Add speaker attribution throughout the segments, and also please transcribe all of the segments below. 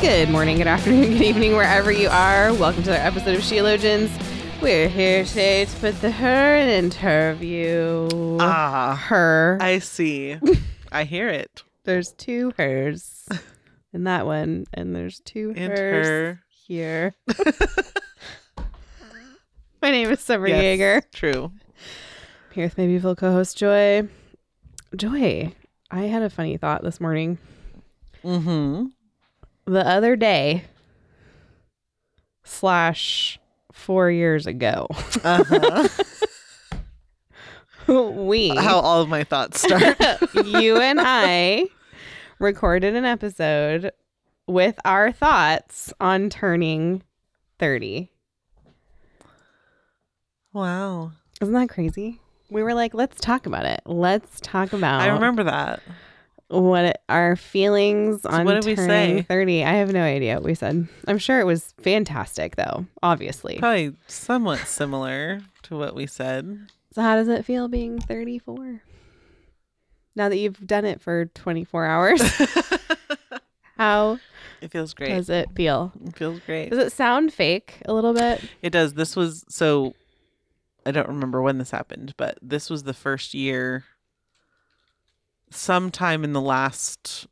Speaker 1: Good morning, good afternoon, good evening, wherever you are. Welcome to our episode of Sheologians. We're here today to put the her in interview.
Speaker 2: Ah,
Speaker 1: her.
Speaker 2: I see. I hear it.
Speaker 1: there's two hers in that one, and there's two
Speaker 2: And
Speaker 1: hers
Speaker 2: her.
Speaker 1: here. My name is Summer
Speaker 2: Yes,
Speaker 1: Yeager.
Speaker 2: True.
Speaker 1: I'm Here with my beautiful co-host Joy. Joy, I had a funny thought this morning.
Speaker 2: Mm-hmm.
Speaker 1: The other day, slash four years ago.
Speaker 2: Uh-huh.
Speaker 1: we
Speaker 2: How all of my thoughts start.
Speaker 1: you and I recorded an episode with our thoughts on turning 30.
Speaker 2: wow.
Speaker 1: Isn't that crazy? We were like, let's talk about it. Let's talk about
Speaker 2: I remember that.
Speaker 1: what it- our feelings on
Speaker 2: what did we
Speaker 1: turning
Speaker 2: say?
Speaker 1: 30. I have no idea what we said. I'm sure it was fantastic though, obviously.
Speaker 2: Probably somewhat similar to what we said.
Speaker 1: So how does it feel being 34? Now that you've done it for 24 hours, how
Speaker 2: It feels great.
Speaker 1: does it feel?
Speaker 2: It feels great.
Speaker 1: Does it sound fake a little bit?
Speaker 2: It does. This was so I don't remember when this happened, but this was the first year sometime in the last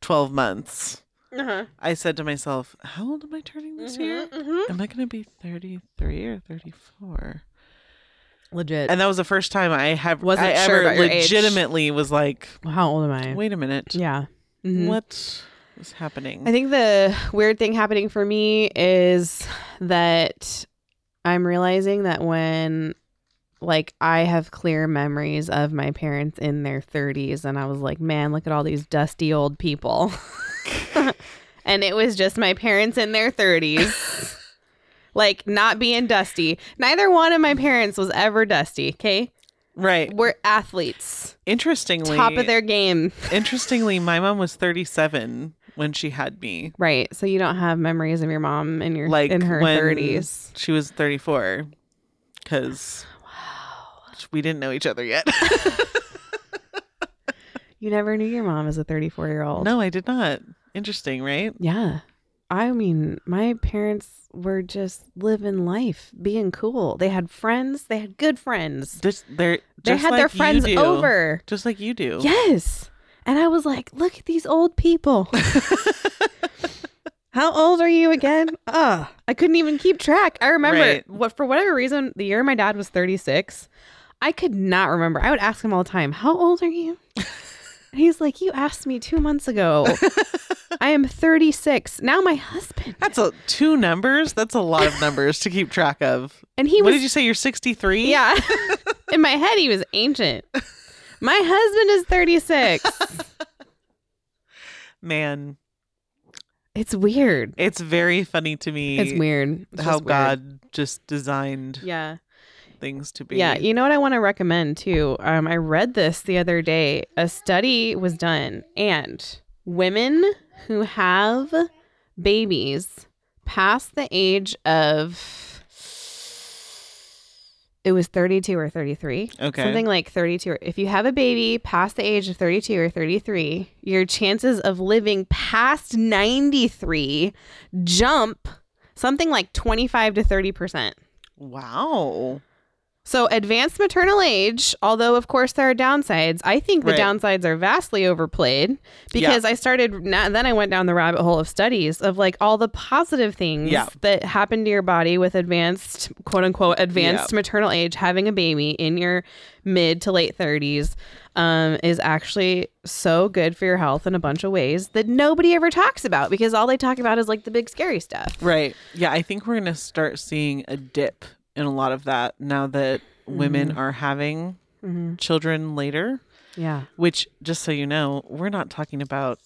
Speaker 2: 12 months.
Speaker 1: Uh-huh. Mm-hmm.
Speaker 2: I said to myself, how old am I turning this year? Am I going to be 33 or 34?
Speaker 1: Legit.
Speaker 2: And that was the first time I have
Speaker 1: Wasn't
Speaker 2: I
Speaker 1: sure
Speaker 2: ever
Speaker 1: about your age.
Speaker 2: legitimately was like,
Speaker 1: how old am I?
Speaker 2: wait a minute.
Speaker 1: yeah. Mhm.
Speaker 2: What is happening?
Speaker 1: I think the weird thing happening for me is that I'm realizing that when like I have clear memories of my parents in their 30s and I was like, "Man, look at all these dusty old people." and it was just my parents in their 30s. like not being dusty. Neither one of my parents was ever dusty, okay?
Speaker 2: right.
Speaker 1: We're athletes.
Speaker 2: Interestingly,
Speaker 1: Top of their game.
Speaker 2: interestingly, my mom was 37 when she had me.
Speaker 1: Right. So you don't have memories of your mom in your
Speaker 2: Like
Speaker 1: in her
Speaker 2: when
Speaker 1: 30s.
Speaker 2: She was 34 because we didn't know each other yet.
Speaker 1: You never knew your mom as a 34 year old.
Speaker 2: no, I did not. Interesting, right?
Speaker 1: Yeah. I mean, my parents were just living life, being cool. They had friends. They had good friends.
Speaker 2: Just, they're,
Speaker 1: They
Speaker 2: just
Speaker 1: had their
Speaker 2: like you
Speaker 1: friends
Speaker 2: do.
Speaker 1: over.
Speaker 2: Just like you do.
Speaker 1: Yes. And I was like, look at these old people. How old are you again? Ugh. I couldn't even keep track. I remember
Speaker 2: Right.
Speaker 1: what for whatever reason, the year my dad was 36, I could not remember. I would ask him all the time, How old are you? And he's like, You asked me two months ago. I am 36. Now my husband.
Speaker 2: That's a two numbers. That's a lot of numbers to keep track of.
Speaker 1: And he
Speaker 2: what
Speaker 1: was
Speaker 2: did you say? You're 63.
Speaker 1: Yeah. In my head, he was ancient. My husband is 36.
Speaker 2: man,
Speaker 1: It's weird.
Speaker 2: it's very funny to me.
Speaker 1: It's weird. It's
Speaker 2: how
Speaker 1: just weird.
Speaker 2: God just designed
Speaker 1: Yeah.
Speaker 2: things to be.
Speaker 1: Yeah. You know what I want to recommend too? Um, I read this the other day. A study was done, and women who have babies past the age of it was 32 or 33
Speaker 2: Okay.
Speaker 1: something like 32 or, if you have a baby past the age of 32 or 33 your chances of living past 93 jump something like 25 to 30 percent
Speaker 2: wow.
Speaker 1: so, advanced maternal age, although of course there are downsides, I think the
Speaker 2: Right.
Speaker 1: downsides are vastly overplayed because I started now, then I went down the rabbit hole of studies of like all the positive things
Speaker 2: Yeah.
Speaker 1: that happen to your body with advanced, quote unquote, advanced maternal age, having a baby in your mid to late 30s um, is actually so good for your health in a bunch of ways that nobody ever talks about because all they talk about is like the big scary stuff.
Speaker 2: Right. Yeah. I think we're going to start seeing a dip in a lot of that now that
Speaker 1: Mm-hmm.
Speaker 2: women are having children later,
Speaker 1: Yeah.
Speaker 2: which, just so you know, we're not talking about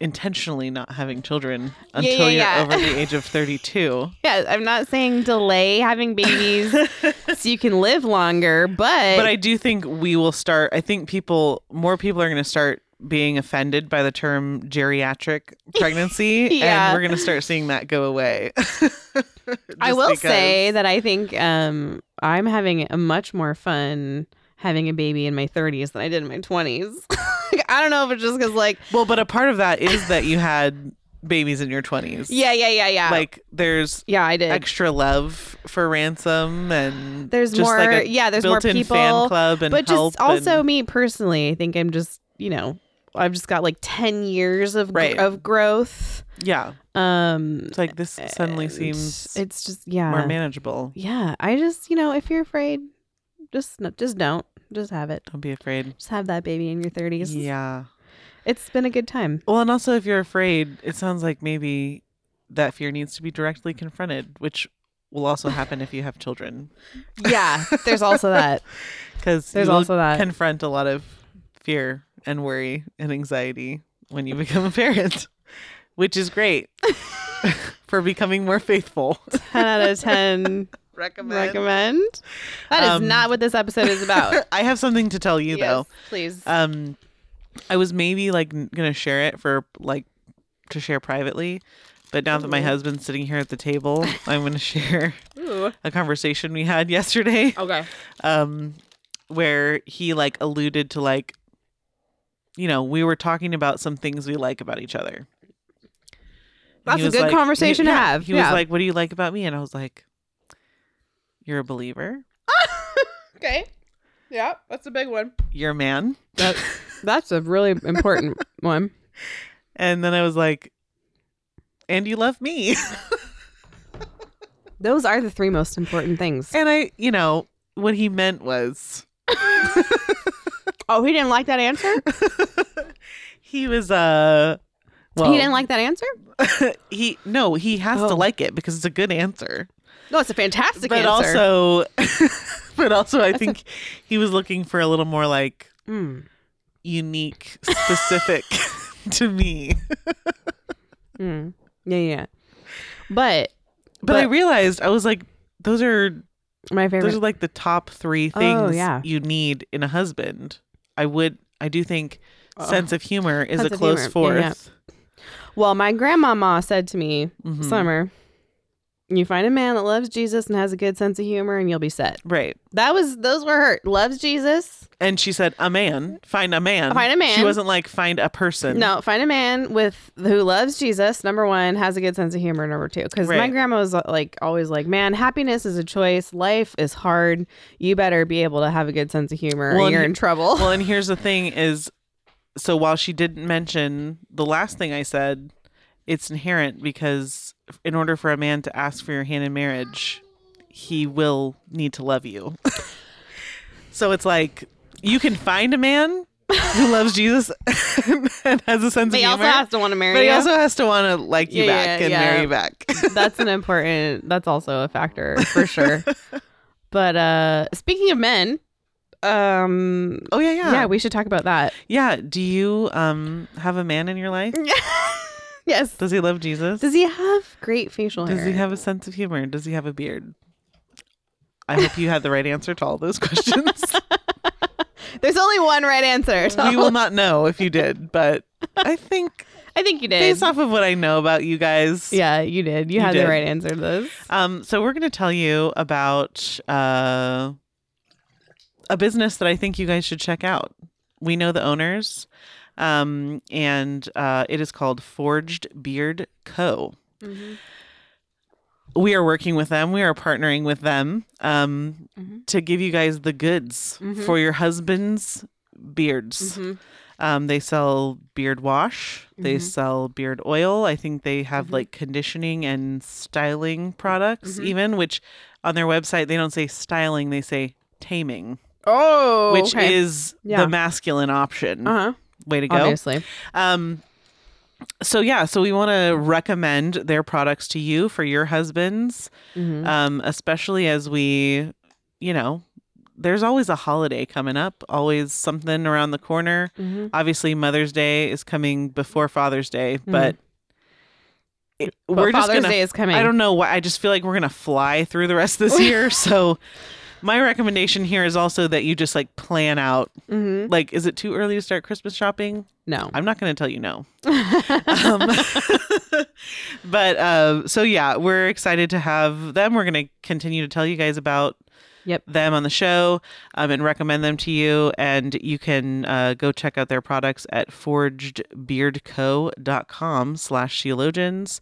Speaker 2: intentionally not having children
Speaker 1: Yeah, yeah,
Speaker 2: until
Speaker 1: yeah.
Speaker 2: you're over the age of 32.
Speaker 1: Yeah, I'm not saying delay having babies so you can live longer, but,
Speaker 2: but I do think we will start. I think people, more people are going to start being offended by the term geriatric pregnancy,
Speaker 1: Yeah.
Speaker 2: and we're going to start seeing that go away.
Speaker 1: I
Speaker 2: Just
Speaker 1: will
Speaker 2: because-
Speaker 1: say that I think um, I'm having a much more fun having a baby in my 30s than I did in my 20s. Like, I don't know if it's just because, like,
Speaker 2: well, but a part of that is that you had babies in your twenties.
Speaker 1: yeah, yeah, yeah, yeah.
Speaker 2: like there's
Speaker 1: yeah, I did.
Speaker 2: extra love for ransom, and
Speaker 1: There's
Speaker 2: just
Speaker 1: more,
Speaker 2: like a
Speaker 1: yeah, there's more
Speaker 2: built-in
Speaker 1: people.
Speaker 2: fan club, and
Speaker 1: but
Speaker 2: help
Speaker 1: just also
Speaker 2: and-
Speaker 1: me personally, I think I'm just, you know, I've just got like 10 years of, gr-
Speaker 2: Right.
Speaker 1: of growth.
Speaker 2: yeah,
Speaker 1: Um,
Speaker 2: it's like this suddenly
Speaker 1: and
Speaker 2: seems
Speaker 1: it's just, yeah.
Speaker 2: more manageable.
Speaker 1: yeah i just you know if you're afraid just no, just don't just have it
Speaker 2: Don't be afraid.
Speaker 1: just have that baby in your 30s
Speaker 2: Yeah.
Speaker 1: it's been a good time
Speaker 2: Well, and also if you're afraid, it sounds like maybe that fear needs to be directly confronted, which will also happen if you have children,
Speaker 1: yeah there's also that
Speaker 2: because
Speaker 1: There's also that.
Speaker 2: confront a lot of fear and worry and anxiety when you become a parent, which is great for becoming more faithful.
Speaker 1: 10 out of 10
Speaker 2: Recommend.
Speaker 1: recommend that is
Speaker 2: Um,
Speaker 1: not what this episode is about
Speaker 2: I have something to tell you though.
Speaker 1: Yes, please
Speaker 2: um i was maybe like n- gonna share it for like to share privately but now that my husband's sitting here at the table i'm gonna share
Speaker 1: Ooh.
Speaker 2: a conversation we had yesterday
Speaker 1: okay
Speaker 2: um where he like alluded to like you know we were talking about some things we like about each other And
Speaker 1: That's
Speaker 2: he
Speaker 1: a
Speaker 2: was
Speaker 1: good
Speaker 2: like-
Speaker 1: conversation to
Speaker 2: yeah,
Speaker 1: have,
Speaker 2: he
Speaker 1: yeah.
Speaker 2: was like what do you like about me and i was like you're a believer
Speaker 1: okay yeah that's a big one
Speaker 2: you're a man
Speaker 1: that's, that's a really important one
Speaker 2: and then i was like and you love me
Speaker 1: those are the three most important things
Speaker 2: And I, you know, what he meant was
Speaker 1: oh he didn't like that answer
Speaker 2: he was uh well,
Speaker 1: he didn't like that answer
Speaker 2: he no, he has to
Speaker 1: Oh.
Speaker 2: like it because it's a good answer.
Speaker 1: no it's a fantastic
Speaker 2: but
Speaker 1: answer
Speaker 2: also but also I think he was looking for a little more like
Speaker 1: Mm.
Speaker 2: unique, specific to me.
Speaker 1: Mm. Yeah, yeah. yeah. But
Speaker 2: But, I realized I was like those are
Speaker 1: my favorite.
Speaker 2: those are like the top 3
Speaker 1: Oh,
Speaker 2: things
Speaker 1: yeah.
Speaker 2: you need in a husband. I would I do think
Speaker 1: Oh.
Speaker 2: sense of humor is
Speaker 1: Sense
Speaker 2: a
Speaker 1: of
Speaker 2: close
Speaker 1: humor.
Speaker 2: fourth.
Speaker 1: Yeah, yeah. well, my grandmama said to me,
Speaker 2: Mhm.
Speaker 1: Summer, you find a man that loves Jesus and has a good sense of humor, and you'll be set.
Speaker 2: Right.
Speaker 1: That was those were her loves Jesus.
Speaker 2: And she said, "A man, find a man,
Speaker 1: Find a man.
Speaker 2: She wasn't like find a person.
Speaker 1: No, find a man with who loves Jesus. Number one has a good sense of humor. Number two, because my
Speaker 2: Right.
Speaker 1: grandma was uh, like always like, man, happiness is a choice. Life is hard. You better be able to have a good sense of humor,
Speaker 2: Well,
Speaker 1: or
Speaker 2: and
Speaker 1: you're
Speaker 2: he-
Speaker 1: in trouble.
Speaker 2: Well, and here's the thing: is so while she didn't mention the last thing I said, it's inherent because in order for a man to ask for your hand in marriage, he will need to love you. so it's like you can find a man who loves Jesus and has a sense
Speaker 1: but he
Speaker 2: of
Speaker 1: also
Speaker 2: humor,
Speaker 1: has to want to marry.
Speaker 2: but he
Speaker 1: you.
Speaker 2: also has to want to like you
Speaker 1: Yeah,
Speaker 2: back
Speaker 1: yeah,
Speaker 2: and
Speaker 1: yeah.
Speaker 2: marry you back.
Speaker 1: that's an important that's also a factor for sure but uh speaking of men um
Speaker 2: oh yeah, yeah,
Speaker 1: yeah, we should talk about that
Speaker 2: Yeah. Do you um have a man in your life?
Speaker 1: yes
Speaker 2: Does he love Jesus?
Speaker 1: does he have great facial hair
Speaker 2: Does he have a sense of humor? Does he have a beard? I hope you had the right answer to all those questions.
Speaker 1: there's only one right answer Tom.
Speaker 2: we will not know if you did, but I think
Speaker 1: i think you did
Speaker 2: based off of what I know about you guys,
Speaker 1: yeah you did you,
Speaker 2: You
Speaker 1: had
Speaker 2: did.
Speaker 1: the right answer to this
Speaker 2: Um, so we're going to tell you about uh, a business that I think you guys should check out. We know the owners, um, and uh, it is called Forged Beard Co. Mm-hmm. We are working with them. We are partnering with them um,
Speaker 1: Mhm.
Speaker 2: to give you guys the goods
Speaker 1: Mhm.
Speaker 2: for your husband's beards.
Speaker 1: Mm-hmm.
Speaker 2: Um, they sell beard wash. They
Speaker 1: Mhm.
Speaker 2: sell beard oil. I think they have
Speaker 1: Mhm.
Speaker 2: like conditioning and styling products,
Speaker 1: Mhm.
Speaker 2: even which on their website they don't say styling, they say taming,
Speaker 1: oh
Speaker 2: which
Speaker 1: okay.
Speaker 2: is
Speaker 1: Yeah.
Speaker 2: the masculine option.
Speaker 1: uh-huh
Speaker 2: Way to go.
Speaker 1: obviously
Speaker 2: Um, so yeah, so we want to recommend their products to you for your husbands,
Speaker 1: Mhm.
Speaker 2: um, especially as we, you know, there's always a holiday coming up, always something around the corner.
Speaker 1: Mhm.
Speaker 2: Obviously, Mother's Day is coming before Father's Day, but it-
Speaker 1: Mm-hmm. But
Speaker 2: we're just
Speaker 1: Father's
Speaker 2: gonna.
Speaker 1: Day is coming.
Speaker 2: I don't know why. I just feel like we're gonna fly through the rest of this year. so, my recommendation here is also that you just like plan out.
Speaker 1: hmm
Speaker 2: Like, is it too early to start Christmas shopping?
Speaker 1: No.
Speaker 2: I'm not gonna tell you no. um, but uh, so yeah, we're excited to have them. We're gonna continue to tell you guys about
Speaker 1: Yep.
Speaker 2: them on the show um, and recommend them to you. And you can uh, go check out their products at forgedbeardco.com slash theologians.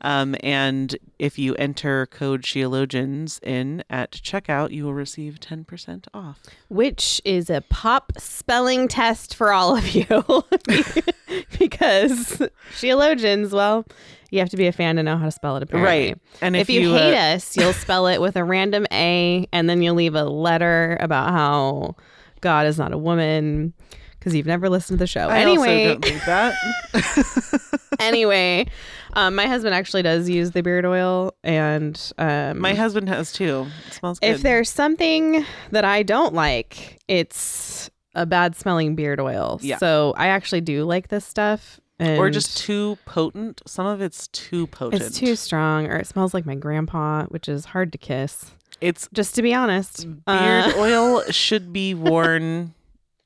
Speaker 2: Um, and if you enter code theologians in at checkout, you will receive 10% off.
Speaker 1: Which is a pop spelling test for all of you. because theologians, well, you have to be a fan to know how to spell it apparently.
Speaker 2: And if,
Speaker 1: If, you, hate
Speaker 2: uh,
Speaker 1: us, you'll spell it with a random A and then you'll leave a letter about how God is not a woman because you've never listened to the show.
Speaker 2: I
Speaker 1: anyway,
Speaker 2: also don't think that.
Speaker 1: anyway, um, my husband actually does use the beard oil, and um,
Speaker 2: My husband has too. It smells good.
Speaker 1: if there's something that I don't like, it's a bad smelling beard oil.
Speaker 2: Yeah.
Speaker 1: So I actually do like this stuff, and
Speaker 2: or just too potent. Some of it's too potent.
Speaker 1: it's too strong, or it smells like my grandpa, which is hard to kiss.
Speaker 2: It's
Speaker 1: Just to be honest,
Speaker 2: beard
Speaker 1: Uh,
Speaker 2: oil should be worn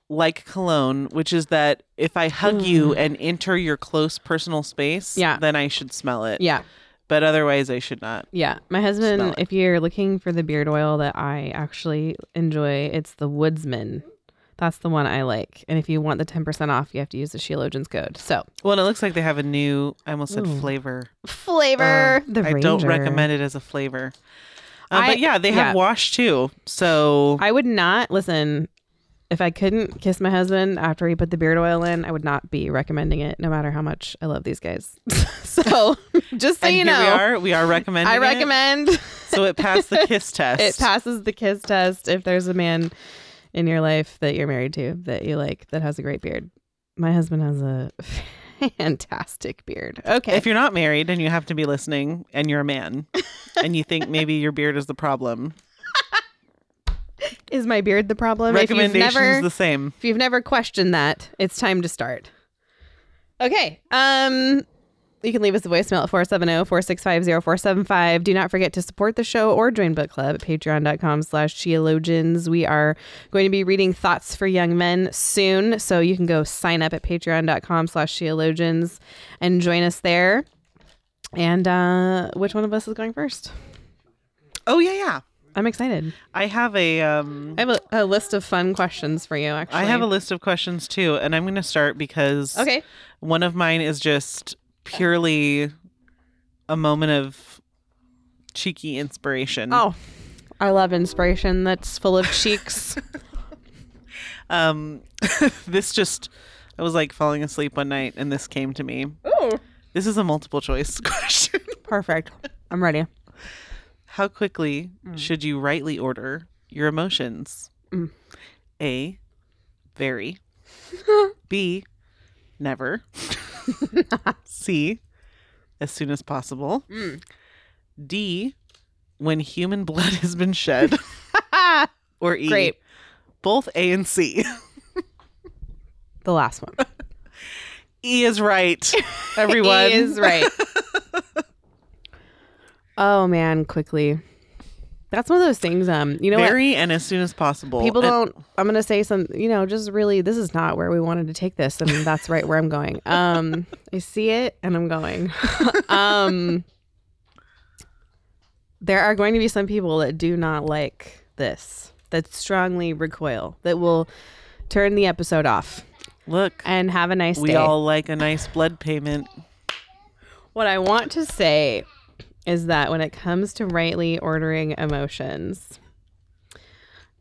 Speaker 2: like cologne, which is that if I hug you and enter your close personal space,
Speaker 1: Mm. Yeah.
Speaker 2: then I should smell it.
Speaker 1: yeah,
Speaker 2: But otherwise, I should not.
Speaker 1: yeah. My
Speaker 2: Smell
Speaker 1: husband,
Speaker 2: it.
Speaker 1: if you're looking for the beard oil that I actually enjoy, it's the Woodsman. That's the one I like. And if you want the 10% off, you have to use the Sheologians code. So
Speaker 2: Well, and it looks like they have a new. I almost said
Speaker 1: Ooh.
Speaker 2: flavor. Uh,
Speaker 1: flavor.
Speaker 2: I don't recommend it as a flavor. Uh,
Speaker 1: I-
Speaker 2: but yeah, they have
Speaker 1: yeah.
Speaker 2: wash too. So
Speaker 1: I would not listen. If I couldn't kiss my husband after he put the beard oil in, I would not be recommending it, no matter how much I love these guys. so just so
Speaker 2: and
Speaker 1: you
Speaker 2: here we
Speaker 1: know,
Speaker 2: are. We are recommending.
Speaker 1: I
Speaker 2: it.
Speaker 1: recommend
Speaker 2: So it passed the kiss test.
Speaker 1: it passes the kiss test if there's a man in your life that you're married to that you like that has a great beard. My husband has a fantastic beard. Okay.
Speaker 2: If you're not married and you have to be listening and you're a man and you think maybe your beard is the problem,
Speaker 1: Is my beard the problem? If you've
Speaker 2: recommendations
Speaker 1: never
Speaker 2: the same.
Speaker 1: If you've never questioned that, it's time to start. Okay. Um you can leave us a voicemail at oh, 470-465-0475. Do not forget to support the show or join book club at patreon.com slash theologians. We are going to be reading Thoughts for Young Men soon, so you can go sign up at patreon.com slash theologians and join us there. And uh, which one of us is going first?
Speaker 2: Oh yeah, yeah.
Speaker 1: I'm excited.
Speaker 2: I have a um
Speaker 1: I have a, a list of fun questions for you, actually.
Speaker 2: I have a list of questions too, and I'm gonna start because
Speaker 1: Okay.
Speaker 2: one of mine is just purely a moment of cheeky inspiration.
Speaker 1: Oh, I love inspiration that's full of cheeks.
Speaker 2: Um this just I was like falling asleep one night and this came to me.
Speaker 1: Ooh.
Speaker 2: This is a multiple choice question.
Speaker 1: Oh. Perfect. I'm ready.
Speaker 2: How quickly should you rightly order your emotions?
Speaker 1: Mm.
Speaker 2: A, very. B, never. C, as soon as possible.
Speaker 1: Mm.
Speaker 2: D, when human blood has been shed. or E,
Speaker 1: Great.
Speaker 2: both A and C.
Speaker 1: The last one.
Speaker 2: E is right, everyone.
Speaker 1: He E is right. oh man, quickly. That's one of those things. Um, you know what?
Speaker 2: very and as soon as possible.
Speaker 1: People
Speaker 2: And-
Speaker 1: don't. I'm gonna say some. You know, just really, this is not where we wanted to take this, and that's right where I'm going. Um, I see it, and I'm going. um, there are going to be some people that do not like this. That strongly recoil. That will turn the episode off
Speaker 2: Look,
Speaker 1: and have a nice
Speaker 2: we
Speaker 1: day.
Speaker 2: all like a nice blood payment.
Speaker 1: What I want to say is that when it comes to rightly ordering emotions,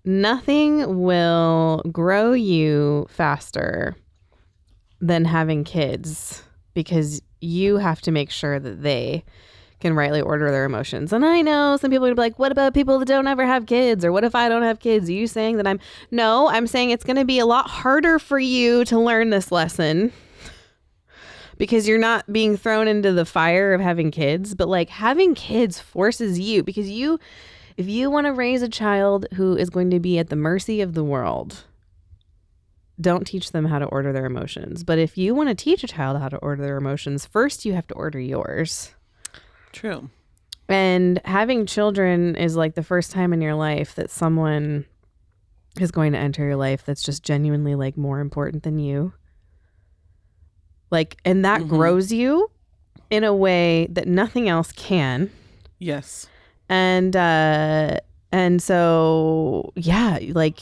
Speaker 1: nothing will grow you faster than having kids because you have to make sure that they can rightly order their emotions. And I know some people are gonna be like, what about people that don't ever have kids? Or what if I don't have kids? Are you saying that I'm no, I'm saying it's gonna be a lot harder for you to learn this lesson because you're not being thrown into the fire of having kids, but like having kids forces you because you If you want to raise a child who is going to be at the mercy of the world, don't teach them how to order their emotions. But if you want to teach a child how to order their emotions, first you have to order yours.
Speaker 2: True.
Speaker 1: And having children is like the first time in your life that someone is going to enter your life that's just genuinely like more important than you. Like, and that
Speaker 2: Mhm.
Speaker 1: grows you in a way that nothing else can
Speaker 2: Yes.
Speaker 1: and uh and so yeah like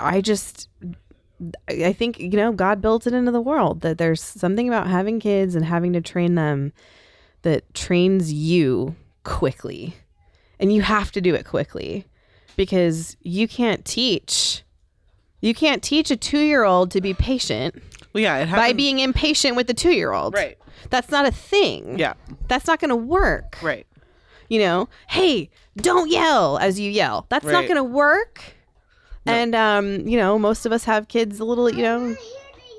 Speaker 1: i just i I think you know god built it into the world that there's something about having kids and having to train them that trains you quickly and you have to do it quickly because you can't teach you can't teach a 2-year-old to be patient
Speaker 2: Well, yeah. It happened.
Speaker 1: by being impatient with the 2-year-old
Speaker 2: Um, Right.
Speaker 1: that's not a thing
Speaker 2: Yeah.
Speaker 1: that's not going to work
Speaker 2: Right.
Speaker 1: you know, hey, don't yell as you yell. That's not
Speaker 2: Right.
Speaker 1: going to work. And um, you know, most of us have kids a little, you know,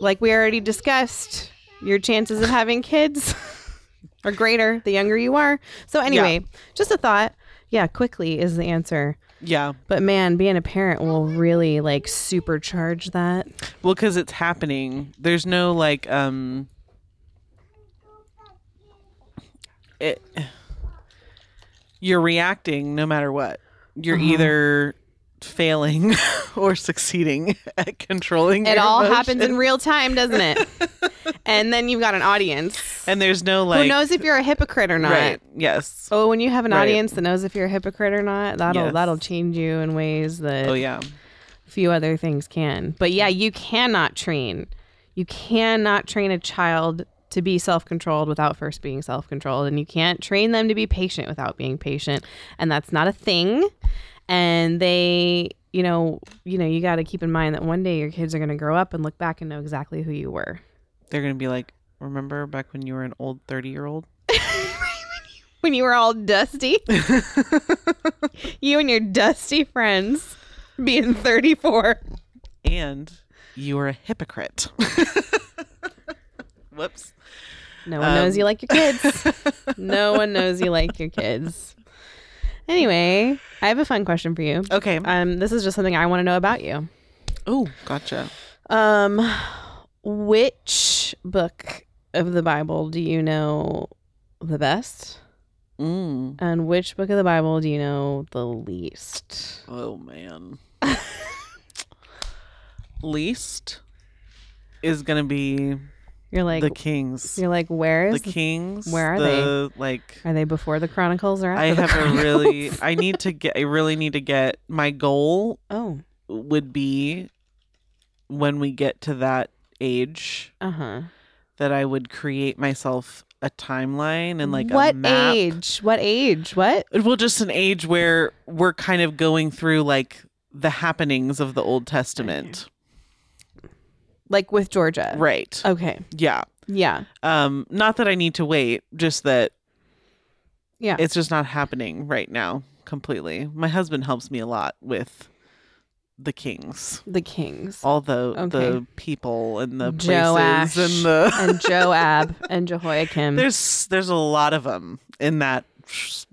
Speaker 1: like we already discussed, your chances of having kids are greater the younger you are. So anyway, just a thought. Yeah, quickly is the answer.
Speaker 2: Yeah.
Speaker 1: But man, being a parent will really like supercharge that.
Speaker 2: Well, because it's happening. There's no like um. It. You're reacting no matter what. You're
Speaker 1: Mm-hmm.
Speaker 2: either failing or succeeding at controlling.
Speaker 1: It
Speaker 2: your
Speaker 1: all happens in
Speaker 2: emotions.
Speaker 1: real time, doesn't it? and then you've got an audience.
Speaker 2: And there's no like.
Speaker 1: Who knows if you're a hypocrite or not?
Speaker 2: Right. Yes.
Speaker 1: Oh, when you have an
Speaker 2: Right.
Speaker 1: audience that knows if you're a hypocrite or not, that'll
Speaker 2: Yes.
Speaker 1: that'll change you in ways that
Speaker 2: Oh yeah.
Speaker 1: few other things can. But yeah, you cannot train. You cannot train a child to be self-controlled without first being self-controlled and you can't train them to be patient without being patient and that's not a thing. And they, you know, you know, you got to keep in mind that one day your kids are going to grow up and look back and know exactly who you were.
Speaker 2: They're gonna be like, remember back when you were an old thirty-year-old?
Speaker 1: when you were all dusty. you and your dusty friends being 34.
Speaker 2: and you are a hypocrite. Whoops.
Speaker 1: No one knows
Speaker 2: Um.
Speaker 1: you like your kids. Um, no one knows you like your kids. Anyway, I have a fun question for you.
Speaker 2: Okay.
Speaker 1: Um, this is just something I want to know about you.
Speaker 2: oh, gotcha.
Speaker 1: Um, which book of the Bible do you know the best,
Speaker 2: Mm.
Speaker 1: and which book of the Bible do you know the least?
Speaker 2: Oh man. Least is gonna be
Speaker 1: You're like,
Speaker 2: the Kings.
Speaker 1: you're like, where
Speaker 2: The
Speaker 1: is the
Speaker 2: Kings.
Speaker 1: where are
Speaker 2: the, they? Like
Speaker 1: Are they before the Chronicles or after
Speaker 2: I
Speaker 1: the
Speaker 2: have a
Speaker 1: Chronicles?
Speaker 2: really. I need to get. I really need to get. My goal
Speaker 1: oh,
Speaker 2: would be when we get to that age
Speaker 1: uh huh.
Speaker 2: that I would create myself a timeline and like
Speaker 1: what
Speaker 2: a map.
Speaker 1: age? What age? What?
Speaker 2: Well, just an age where we're kind of going through like the happenings of the Old Testament,
Speaker 1: Like with Georgia?
Speaker 2: right?
Speaker 1: Okay.
Speaker 2: Yeah.
Speaker 1: Yeah.
Speaker 2: Um, not that I need to wait, just that
Speaker 1: Yeah.
Speaker 2: it's just not happening right now completely. My husband helps me a lot with the kings,
Speaker 1: the kings.
Speaker 2: all the
Speaker 1: Okay.
Speaker 2: the people and the
Speaker 1: Joash
Speaker 2: places and the
Speaker 1: and Joab and Jehoiakim.
Speaker 2: There's there's a lot of them in that. sh-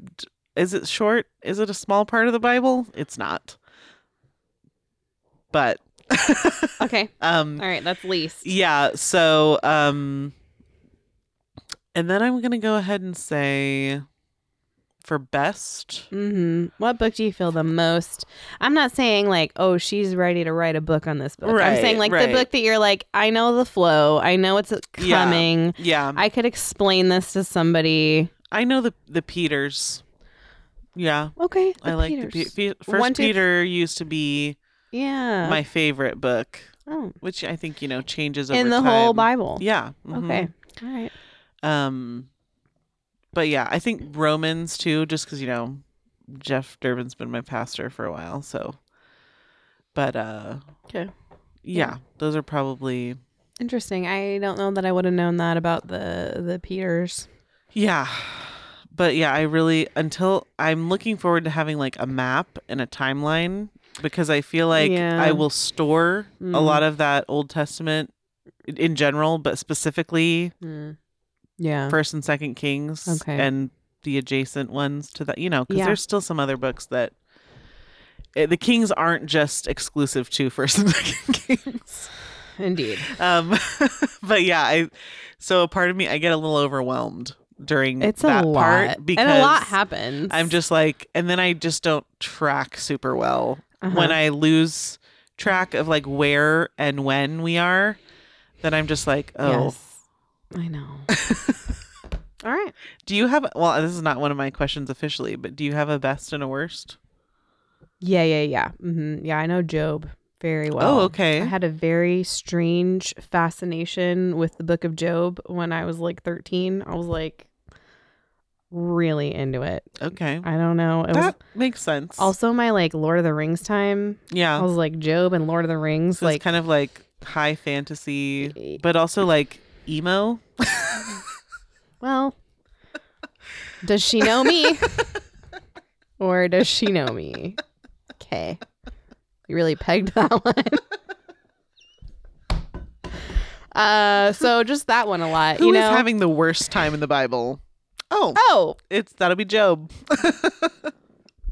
Speaker 2: Is it short? Is it a small part of the Bible? It's not. But
Speaker 1: okay.
Speaker 2: um
Speaker 1: All right. That's least.
Speaker 2: yeah, so um and then I'm going to go ahead and say for best.
Speaker 1: Mm-hmm. What book do you feel the most? I'm not saying like, oh, she's ready to write a book on this book. I'm
Speaker 2: Right,
Speaker 1: saying like the
Speaker 2: right.
Speaker 1: book that you're like, I know the flow. I know it's
Speaker 2: Yeah.
Speaker 1: coming.
Speaker 2: Yeah. I,
Speaker 1: I could explain this to somebody.
Speaker 2: know the the Peters. Yeah.
Speaker 1: Okay.
Speaker 2: I like the
Speaker 1: Peters.
Speaker 2: Pe- Pe- First
Speaker 1: One, two, Uh-huh. th-
Speaker 2: Peter used to be
Speaker 1: Yeah.
Speaker 2: my favorite book,
Speaker 1: oh.
Speaker 2: which I think, you know, changes over
Speaker 1: In the whole
Speaker 2: time.
Speaker 1: Bible.
Speaker 2: Yeah. mhm.
Speaker 1: Okay. All right.
Speaker 2: Um, but yeah, I think Romans too, just because you know Jeff Durbin's been my pastor for a while, so. But uh,
Speaker 1: Okay.
Speaker 2: yeah, those are probably
Speaker 1: Interesting. I don't know that I would have known that about the the Peters.
Speaker 2: yeah. But yeah, I really until I'm looking forward to having like a map and a timeline because I feel like
Speaker 1: Yeah.
Speaker 2: I will store a
Speaker 1: Mm.
Speaker 2: lot of that Old Testament i- in general, but specifically
Speaker 1: Yeah.
Speaker 2: First and Second Kings
Speaker 1: Okay.
Speaker 2: and the adjacent ones to that, you know, because
Speaker 1: Yeah.
Speaker 2: there's still some other books that eh, the Kings aren't just exclusive to First and Second Kings.
Speaker 1: Indeed.
Speaker 2: Um, but yeah, I so a part of me I get a little overwhelmed during
Speaker 1: It's
Speaker 2: that
Speaker 1: a lot.
Speaker 2: part because
Speaker 1: and a lot happens.
Speaker 2: I'm just like, and then I just don't track super well
Speaker 1: Uh-huh.
Speaker 2: when I lose track of like where and when we are. Then I'm just like, oh,
Speaker 1: Yes. I know. All right.
Speaker 2: do you have? Well, this is not one of my questions officially, but do you have a best and a worst?
Speaker 1: Yeah, yeah, yeah. hmm Yeah, I know Job very well.
Speaker 2: oh, okay.
Speaker 1: I had a very strange fascination with the book of Job when I was like 13. I was like really into it.
Speaker 2: okay.
Speaker 1: I don't know. It was
Speaker 2: that makes sense.
Speaker 1: also my like Lord of the Rings time. I
Speaker 2: yeah.
Speaker 1: was like Job and Lord of the Rings
Speaker 2: So
Speaker 1: like eh,
Speaker 2: it's kind of like high fantasy,
Speaker 1: Y-
Speaker 2: but also like emo.
Speaker 1: Well, does she know me? or does she know me? Okay. You really pegged that one. uh so just that one a lot,
Speaker 2: Who is
Speaker 1: you know.
Speaker 2: having the worst time in the Bible? Oh,
Speaker 1: oh,
Speaker 2: it's that'll be Job.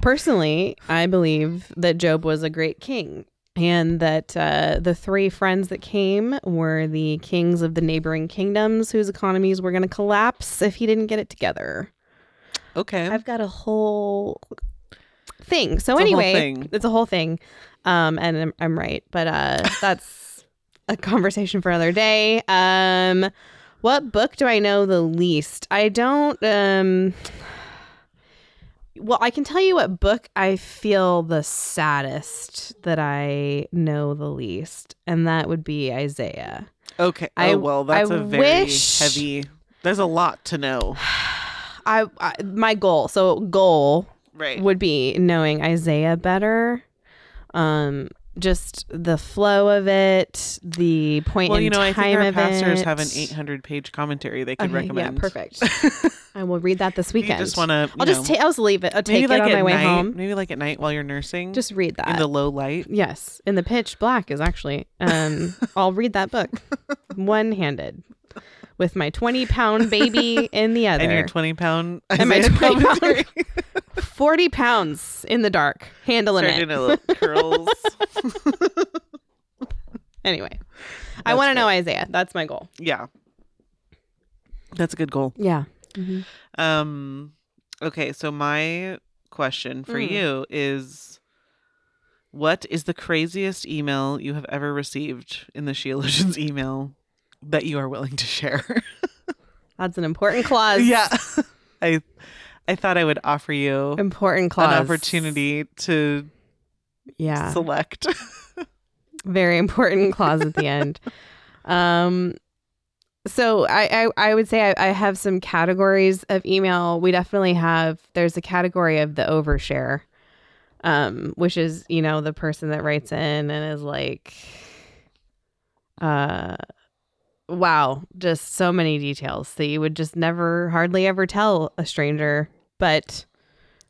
Speaker 1: personally, I believe that Job was a great king and that uh, the three friends that came were the kings of the neighboring kingdoms whose economies were going to collapse if he didn't get it together.
Speaker 2: Okay.
Speaker 1: I've got a whole thing. So
Speaker 2: It's a whole
Speaker 1: anyway,
Speaker 2: thing.
Speaker 1: it's a whole thing. Um, and I'm, I'm right, but uh, that's a conversation for another day. Um, what book do I know the least? I don't. Um, well, I can tell you what book I feel the saddest that I know the least, and that would be Isaiah.
Speaker 2: Okay.
Speaker 1: I-
Speaker 2: oh well, that's
Speaker 1: I
Speaker 2: a very
Speaker 1: wish-
Speaker 2: heavy. There's a lot to know.
Speaker 1: I, I my goal. So goal
Speaker 2: Right.
Speaker 1: would be knowing Isaiah better. Um, just the flow of it, the point
Speaker 2: well,
Speaker 1: in
Speaker 2: you know, I
Speaker 1: time
Speaker 2: think our
Speaker 1: of
Speaker 2: pastors
Speaker 1: it.
Speaker 2: have an 800 page commentary they could
Speaker 1: Okay,
Speaker 2: recommend.
Speaker 1: Yeah, perfect. I will read that this
Speaker 2: If
Speaker 1: weekend.
Speaker 2: You just want to.
Speaker 1: I'll just ta- I'll just leave it. I'll take
Speaker 2: maybe
Speaker 1: it
Speaker 2: like
Speaker 1: on
Speaker 2: at
Speaker 1: my way
Speaker 2: night,
Speaker 1: home.
Speaker 2: Maybe like at night while you're nursing.
Speaker 1: Just read that.
Speaker 2: in the low light.
Speaker 1: Yes, in the pitch black is actually. Um, I'll read that book one handed with my 20 pound baby in the other.
Speaker 2: And your 20 pound.
Speaker 1: And my
Speaker 2: Isaiah
Speaker 1: 20 pound
Speaker 2: commentary.
Speaker 1: 40 pounds in the dark, handling
Speaker 2: Start
Speaker 1: it.
Speaker 2: doing a little curls.
Speaker 1: Anyway, I
Speaker 2: That's
Speaker 1: want to know
Speaker 2: great.
Speaker 1: Isaiah. That's my goal.
Speaker 2: yeah. That's a good goal.
Speaker 1: Yeah.
Speaker 2: Um okay, so my question for
Speaker 1: Mm.
Speaker 2: you is what is the craziest email you have ever received in the Sheologians email that you are willing to share?
Speaker 1: That's an important clause.
Speaker 2: yeah. I I thought I would offer you
Speaker 1: Important clause.
Speaker 2: an opportunity to
Speaker 1: Yeah.
Speaker 2: select.
Speaker 1: Very important clause at the end. Um so I, I, I would say I, I have some categories of email. We definitely have there's a category of the overshare, um, which is, you know, the person that writes in and is like uh wow, just so many details that you would just never hardly ever tell a stranger, but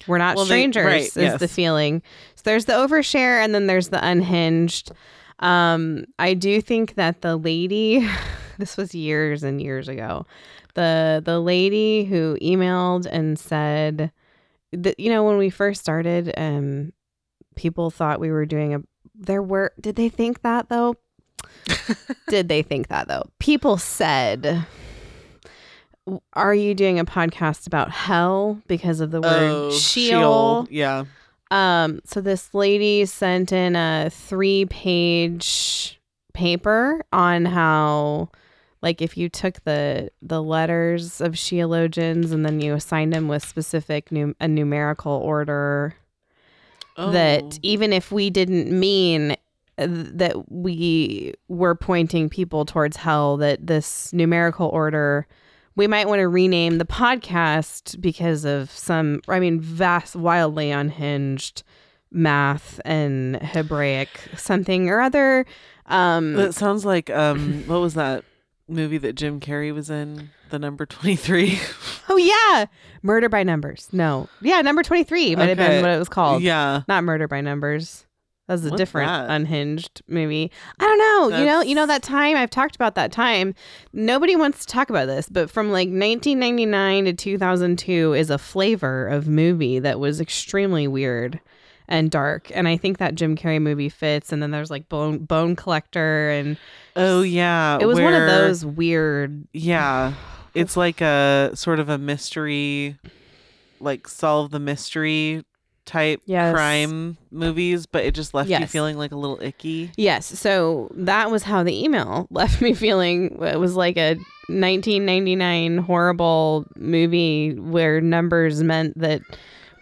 Speaker 1: we're not
Speaker 2: Well, they-
Speaker 1: strangers
Speaker 2: right,
Speaker 1: is the
Speaker 2: yes.
Speaker 1: feeling. So there's the overshare and then there's the unhinged. Um, I do think that the lady, this was years and years ago, the the lady who emailed and said that you know when we first started, um, people thought we were doing a. There were did they think that though? did they think that though? People said. Are you doing a podcast about hell because of the word
Speaker 2: Oh,
Speaker 1: Sheol?
Speaker 2: Yeah.
Speaker 1: Um, so this lady sent in a three page paper on how like if you took the the letters of sheologians and then you assigned them with specific num- a numerical order
Speaker 2: Oh.
Speaker 1: that even if we didn't mean uh, that we were pointing people towards hell that this numerical order we might want to rename the podcast because of some i mean vast wildly unhinged math and hebraic something or other um
Speaker 2: That sounds like um what was that movie that Jim Carrey was in? The number 23.
Speaker 1: oh yeah murder by numbers no yeah number 23 might have
Speaker 2: Okay.
Speaker 1: been what it was called
Speaker 2: yeah.
Speaker 1: not murder by numbers that's a
Speaker 2: What's
Speaker 1: different
Speaker 2: that?
Speaker 1: unhinged movie i don't know you know you know that
Speaker 2: That's-
Speaker 1: time i've talked about that time nobody wants to talk about this but from like 1999 to 2002 is a flavor of movie that was extremely weird and dark. And I think that Jim Carrey movie fits. And then there's like Bone Bone Collector, and
Speaker 2: Oh yeah,
Speaker 1: it was one of
Speaker 2: where-
Speaker 1: those weird.
Speaker 2: Yeah, it's like a sort of a mystery, like solve the mystery type
Speaker 1: Yes.
Speaker 2: crime movies, but it just left you
Speaker 1: Yes.
Speaker 2: feeling like a little icky.
Speaker 1: Yes, so that was how the email left me feeling. It was like a 1999 horrible movie where numbers meant that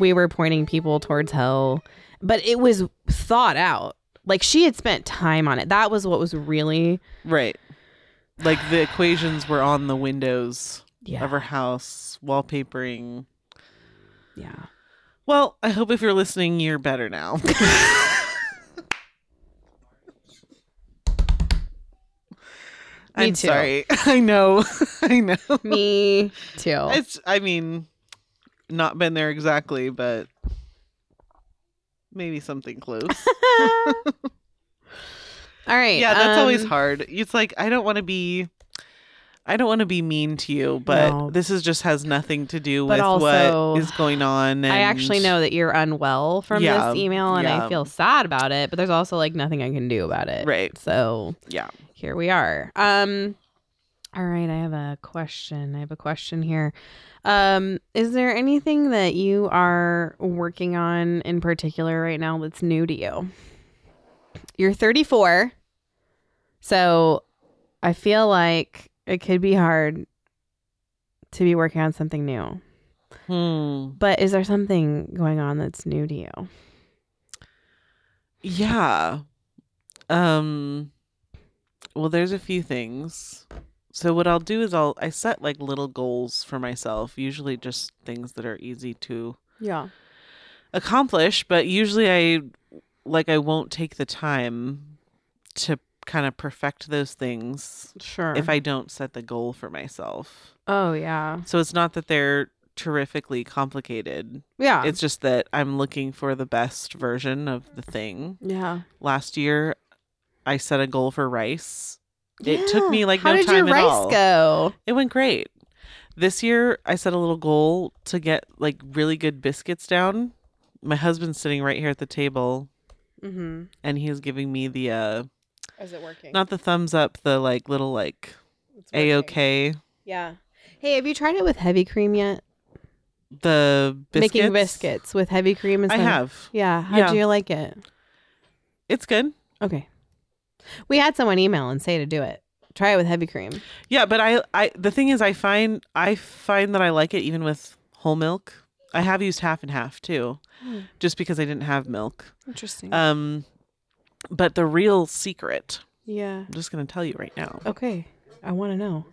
Speaker 1: we were pointing people towards hell, but it was thought out. Like she had spent time on it. That was what was really
Speaker 2: Right. Like the equations were on the windows
Speaker 1: yeah
Speaker 2: of her house, wallpapering.
Speaker 1: yeah.
Speaker 2: Well, I hope if you're listening, you're better now.
Speaker 1: Me
Speaker 2: I'm
Speaker 1: too.
Speaker 2: sorry. I know. I know.
Speaker 1: Me too.
Speaker 2: It's I mean, not been there exactly, but maybe something close.
Speaker 1: All right.
Speaker 2: yeah, that's always
Speaker 1: um,
Speaker 2: hard. It's like I don't want to be I don't want to be mean to you, but
Speaker 1: No.
Speaker 2: this is just has nothing to do
Speaker 1: But
Speaker 2: with
Speaker 1: also,
Speaker 2: what is going on. And
Speaker 1: I actually know that you're unwell from
Speaker 2: Yeah,
Speaker 1: this email and I
Speaker 2: yeah.
Speaker 1: feel sad about it, but there's also like nothing I can do about it.
Speaker 2: Right.
Speaker 1: So
Speaker 2: Yeah.
Speaker 1: here we are. Um all right, I have a question. I have a question here. Um, is there anything that you are working on in particular right now that's new to you? You're 34. So I feel like it could be hard to be working on something new.
Speaker 2: Hmm.
Speaker 1: But is there something going on that's new to you?
Speaker 2: Yeah. Um well there's a few things. So what I'll do is I'll I set like little goals for myself, usually just things that are easy to
Speaker 1: Yeah.
Speaker 2: accomplish, but usually I like I won't take the time to kind of perfect those things
Speaker 1: Sure.
Speaker 2: if I don't set the goal for myself.
Speaker 1: Oh yeah.
Speaker 2: So it's not that they're terrifically complicated.
Speaker 1: Yeah.
Speaker 2: It's just that I'm looking for the best version of the thing.
Speaker 1: yeah.
Speaker 2: Last year I set a goal for rice. It took me, like,
Speaker 1: How
Speaker 2: no
Speaker 1: did your
Speaker 2: time at
Speaker 1: rice
Speaker 2: all.
Speaker 1: go?
Speaker 2: It went great. This year, I set a little goal to get like really good biscuits down. My husband's sitting right here at the table,
Speaker 1: Mm-hmm.
Speaker 2: and he's giving me the uh,
Speaker 1: Is it working?
Speaker 2: not the thumbs up, the like little like a okay
Speaker 1: Yeah. Hey, have you tried it with heavy cream yet?
Speaker 2: the biscuits.
Speaker 1: Making biscuits with heavy cream and
Speaker 2: I
Speaker 1: stuff.
Speaker 2: have.
Speaker 1: Yeah. How
Speaker 2: Yeah.
Speaker 1: do you like it?
Speaker 2: It's good.
Speaker 1: Okay. We had someone email and say to do it. Try it with heavy cream.
Speaker 2: Yeah, but I I the thing is, I find I find that I like it even with whole milk. I have used half and half too,
Speaker 1: Hmm.
Speaker 2: just because I didn't have milk.
Speaker 1: Interesting.
Speaker 2: Um, but the real secret,
Speaker 1: yeah.
Speaker 2: I'm just gonna tell you right now.
Speaker 1: Okay. I want to know.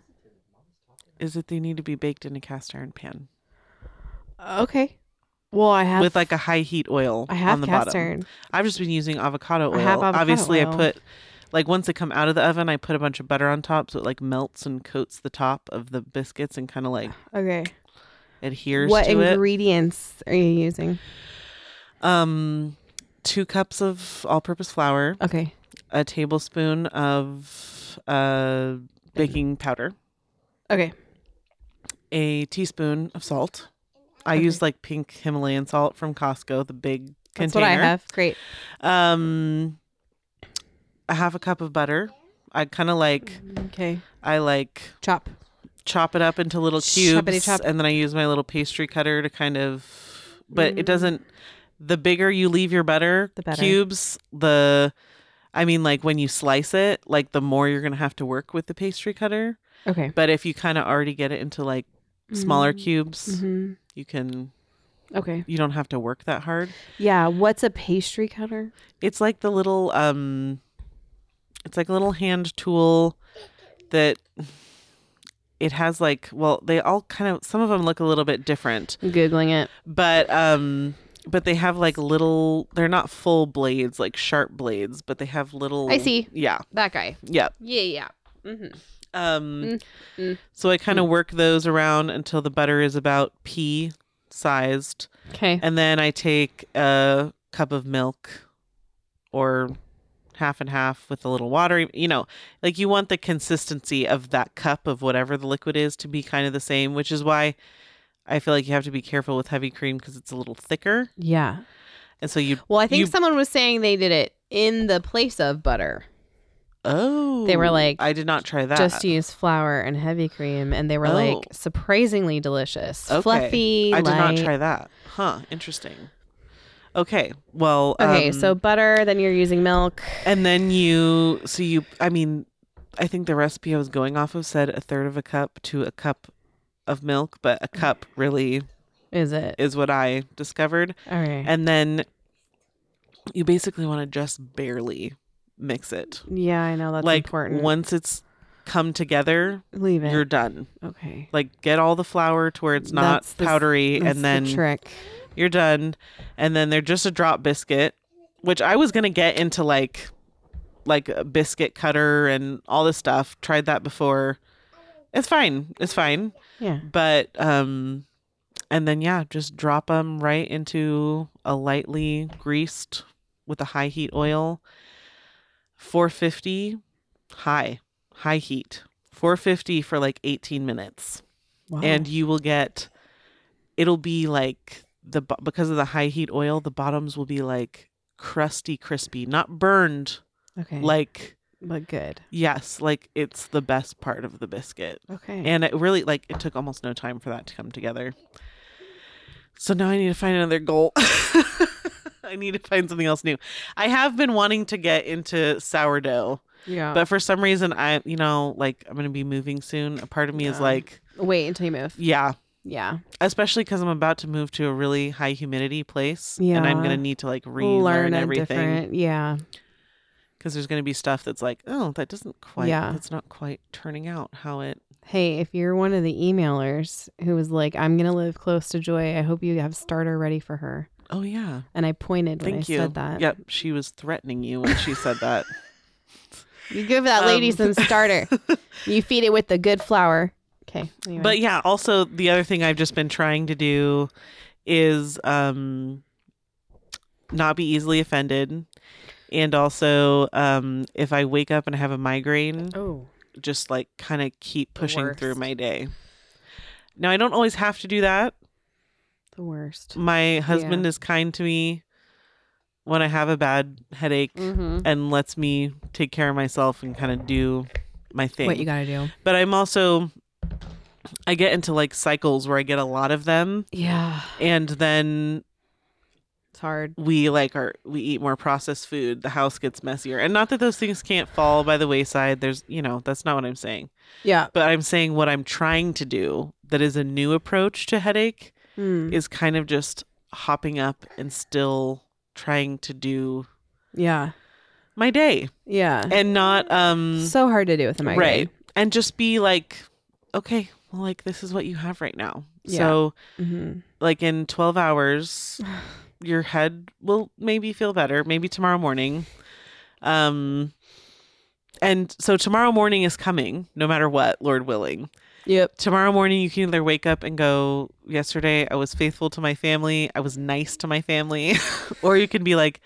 Speaker 2: is that they need to be baked in a cast iron pan
Speaker 1: Uh, Okay. Well, I have
Speaker 2: with like a high heat oil
Speaker 1: I have
Speaker 2: on the
Speaker 1: cast
Speaker 2: bottom.
Speaker 1: iron.
Speaker 2: I've just been using avocado oil.
Speaker 1: I have avocado
Speaker 2: Obviously,
Speaker 1: oil.
Speaker 2: I put like once they come out of the oven, I put a bunch of butter on top so it like melts and coats the top of the biscuits and kind of like
Speaker 1: Okay.
Speaker 2: adheres
Speaker 1: what
Speaker 2: to
Speaker 1: ingredients are you using?
Speaker 2: it. Um, two cups of all-purpose flour,
Speaker 1: Okay.
Speaker 2: a tablespoon of uh baking powder,
Speaker 1: Okay.
Speaker 2: a teaspoon of salt. I
Speaker 1: Okay.
Speaker 2: use like pink Himalayan salt from Costco, the big
Speaker 1: That's
Speaker 2: container.
Speaker 1: what I have. Great.
Speaker 2: um a half a cup of butter i kind of like
Speaker 1: Okay.
Speaker 2: i like
Speaker 1: Chop.
Speaker 2: chop it up into little
Speaker 1: Choppity
Speaker 2: cubes
Speaker 1: chop.
Speaker 2: and then i use my little pastry cutter to kind of but it doesn't the bigger you leave your butter
Speaker 1: Mm. The better.
Speaker 2: cubes the i mean like when you slice it like the more you're gonna have to work with the pastry cutter
Speaker 1: Okay.
Speaker 2: but if you kind of already get it into like smaller cubes
Speaker 1: hmm
Speaker 2: you can
Speaker 1: Okay.
Speaker 2: you don't have to work that hard
Speaker 1: Yeah. What's a pastry cutter?
Speaker 2: It's like the little um it's like a little hand tool that it has like well they all kind of some of them look a little bit different
Speaker 1: I'm Googling it.
Speaker 2: but um but they have like little they're not full blades like sharp blades but they have little
Speaker 1: I see.
Speaker 2: yeah
Speaker 1: That guy.
Speaker 2: yeah
Speaker 1: Yeah. Yeah. Mm-hmm.
Speaker 2: um
Speaker 1: Mm, mm,
Speaker 2: so I kind of work those around until the butter is about pea sized
Speaker 1: Okay.
Speaker 2: and then I take a cup of milk or half and half with a little water. You know, like you want the consistency of that cup of whatever the liquid is to be kind of the same, which is why I feel like you have to be careful with heavy cream because it's a little thicker.
Speaker 1: Yeah.
Speaker 2: And so you
Speaker 1: Well, I think
Speaker 2: you-
Speaker 1: someone was saying they did it in the place of butter.
Speaker 2: oh
Speaker 1: They were like,
Speaker 2: I did not try that.
Speaker 1: Just use flour and heavy cream, and they were like
Speaker 2: Oh.
Speaker 1: surprisingly delicious,
Speaker 2: Okay.
Speaker 1: fluffy.
Speaker 2: I did
Speaker 1: light.
Speaker 2: not try that. Huh. Interesting. Okay. Well.
Speaker 1: Okay,
Speaker 2: um,
Speaker 1: so butter, then you're using milk.
Speaker 2: and then you so you I mean I think the recipe I was going off of said a third of a cup to a cup of milk, but a cup really
Speaker 1: Is it?
Speaker 2: is what I discovered.
Speaker 1: All right.
Speaker 2: And then you basically want to just barely mix it.
Speaker 1: yeah, I know that's
Speaker 2: like
Speaker 1: important.
Speaker 2: once it's come together,
Speaker 1: leave it.
Speaker 2: you're done.
Speaker 1: okay.
Speaker 2: Like get all the flour to where it's not
Speaker 1: That's the s-
Speaker 2: powdery
Speaker 1: That's
Speaker 2: and then
Speaker 1: the trick.
Speaker 2: you're done and then they're just a drop biscuit which i was gonna get into like like a biscuit cutter and all this stuff tried that before it's fine it's fine
Speaker 1: Yeah.
Speaker 2: but um and then yeah just drop them right into a lightly greased with a high heat oil 450 high high heat 450 for like 18 minutes
Speaker 1: Wow.
Speaker 2: and you will get it'll be like the bo- because of the high heat oil the bottoms will be like crusty crispy not burned
Speaker 1: okay,
Speaker 2: like
Speaker 1: but good.
Speaker 2: yes like it's the best part of the biscuit
Speaker 1: Okay.
Speaker 2: and it really like it took almost no time for that to come together so now i need to find another goal i need to find something else new i have been wanting to get into sourdough
Speaker 1: yeah.
Speaker 2: but for some reason i you know like i'm gonna be moving soon a part of me is
Speaker 1: Yeah.
Speaker 2: like
Speaker 1: Wait until you move.
Speaker 2: yeah
Speaker 1: Yeah.
Speaker 2: especially because I'm about to move to a really high humidity place, and I'm
Speaker 1: Yeah.
Speaker 2: gonna need to like relearn
Speaker 1: a
Speaker 2: everything
Speaker 1: different- Yeah.
Speaker 2: because there's gonna be stuff that's like, oh, that doesn't quite,
Speaker 1: Yeah.
Speaker 2: that's not quite turning out how it.
Speaker 1: Hey, if you're one of the emailers who was like, I'm going to live close to Joy, I hope you have starter ready for her.
Speaker 2: Oh yeah,
Speaker 1: And I pointed when
Speaker 2: thank
Speaker 1: I
Speaker 2: you.
Speaker 1: said that.
Speaker 2: Yep, she was threatening you when she said that.
Speaker 1: You give that lady
Speaker 2: Um,
Speaker 1: some starter. you feed it with the good flour. Okay. anyway.
Speaker 2: But yeah, also the other thing I've just been trying to do is um not be easily offended. And also, um, if I wake up and I have a migraine,
Speaker 1: oh,
Speaker 2: just like kind of keep pushing through
Speaker 1: worst.
Speaker 2: my day. Now, I don't always have to do that.
Speaker 1: the worst.
Speaker 2: My husband is kind to me when I have a bad headache
Speaker 1: Mm-hmm.
Speaker 2: and lets me take care of myself and kind of do my thing.
Speaker 1: What you got to do.
Speaker 2: but I'm also, I get into like cycles where I get a lot of them
Speaker 1: Yeah.
Speaker 2: and then
Speaker 1: It's hard.
Speaker 2: we like are we eat more processed food the house gets messier and not that those things can't fall by the wayside there's you know that's not what i'm saying
Speaker 1: Yeah.
Speaker 2: but I'm saying what I'm trying to do that is a new approach to headache
Speaker 1: Mm.
Speaker 2: is kind of just hopping up and still trying to do
Speaker 1: Yeah.
Speaker 2: my day
Speaker 1: Yeah.
Speaker 2: and not um
Speaker 1: so hard to do with a migraine.
Speaker 2: right and just be like okay well like this is what you have right now so
Speaker 1: Mm-hmm.
Speaker 2: like in 12 hours your head will maybe feel better maybe tomorrow morning um and so tomorrow morning is coming no matter what lord willing
Speaker 1: Yep.
Speaker 2: tomorrow morning you can either wake up and go yesterday i was faithful to my family i was nice to my family or you can be like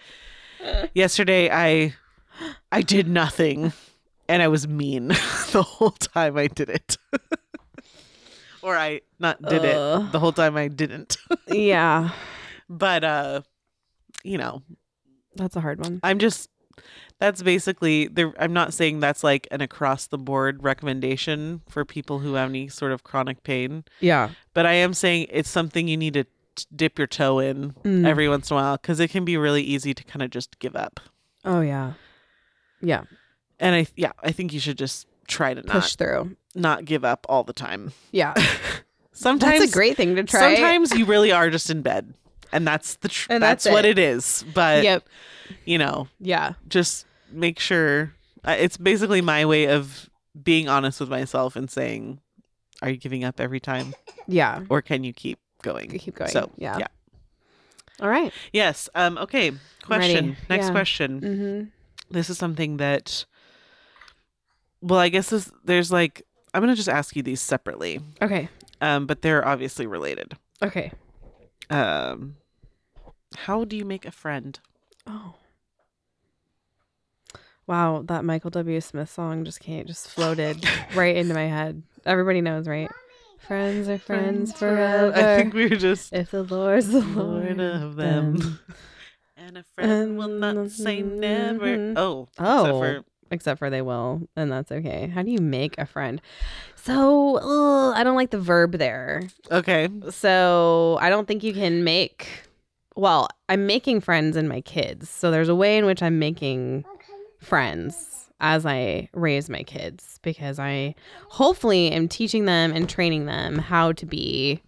Speaker 2: yesterday i i did nothing and i was mean the whole time i did it or i not did
Speaker 1: Ugh.
Speaker 2: it the whole time i didn't
Speaker 1: Yeah.
Speaker 2: but uh you know
Speaker 1: That's a hard one.
Speaker 2: i'm just that's basically there i'm not saying that's like an across the board recommendation for people who have any sort of chronic pain
Speaker 1: Yeah.
Speaker 2: but I am saying it's something you need to t- dip your toe in
Speaker 1: Mm.
Speaker 2: every once in a while because it can be really easy to kind of just give up.
Speaker 1: Oh, yeah. Yeah.
Speaker 2: And I, yeah, I think you should just try to
Speaker 1: Push through.
Speaker 2: not not give up all the time.
Speaker 1: Yeah.
Speaker 2: Sometimes
Speaker 1: that's a great thing to try.
Speaker 2: Sometimes you really are just in bed, and that's the tr-
Speaker 1: And
Speaker 2: that's,
Speaker 1: that's
Speaker 2: what
Speaker 1: it.
Speaker 2: it is. But
Speaker 1: Yep.
Speaker 2: you know,
Speaker 1: Yeah.
Speaker 2: just make sure I- it's basically my way of being honest with myself and saying, "Are you giving up every time,
Speaker 1: Yeah.
Speaker 2: or can you keep going?"
Speaker 1: Keep going.
Speaker 2: So
Speaker 1: Yeah.
Speaker 2: yeah.
Speaker 1: All right.
Speaker 2: Yes. Um, okay.
Speaker 1: ready.
Speaker 2: Question. Next
Speaker 1: Yeah.
Speaker 2: question.
Speaker 1: Mm-hmm.
Speaker 2: This is something that. Well, I guess this, there's like I'm gonna just ask you these separately,
Speaker 1: Okay.
Speaker 2: um, but they're obviously related.
Speaker 1: Okay.
Speaker 2: Um, how do you make a friend?
Speaker 1: Oh. Wow, that Michael W. Smith song just can't just floated right into my head. Everybody knows, right? Friends are friends, forever.
Speaker 2: I think we were just
Speaker 1: if the Lord's the
Speaker 2: Lord
Speaker 1: Lord
Speaker 2: of them. And a friend will not say never. Oh.
Speaker 1: Oh.
Speaker 2: Except
Speaker 1: except for they will, and that's okay. How do you make a friend? So ugh, I don't like the verb there.
Speaker 2: for- okay.
Speaker 1: So I don't think you can make. Well, I'm making friends in my kids, so there's a way in which I'm making friends as I raise my kids because I hopefully am teaching them and training them how to be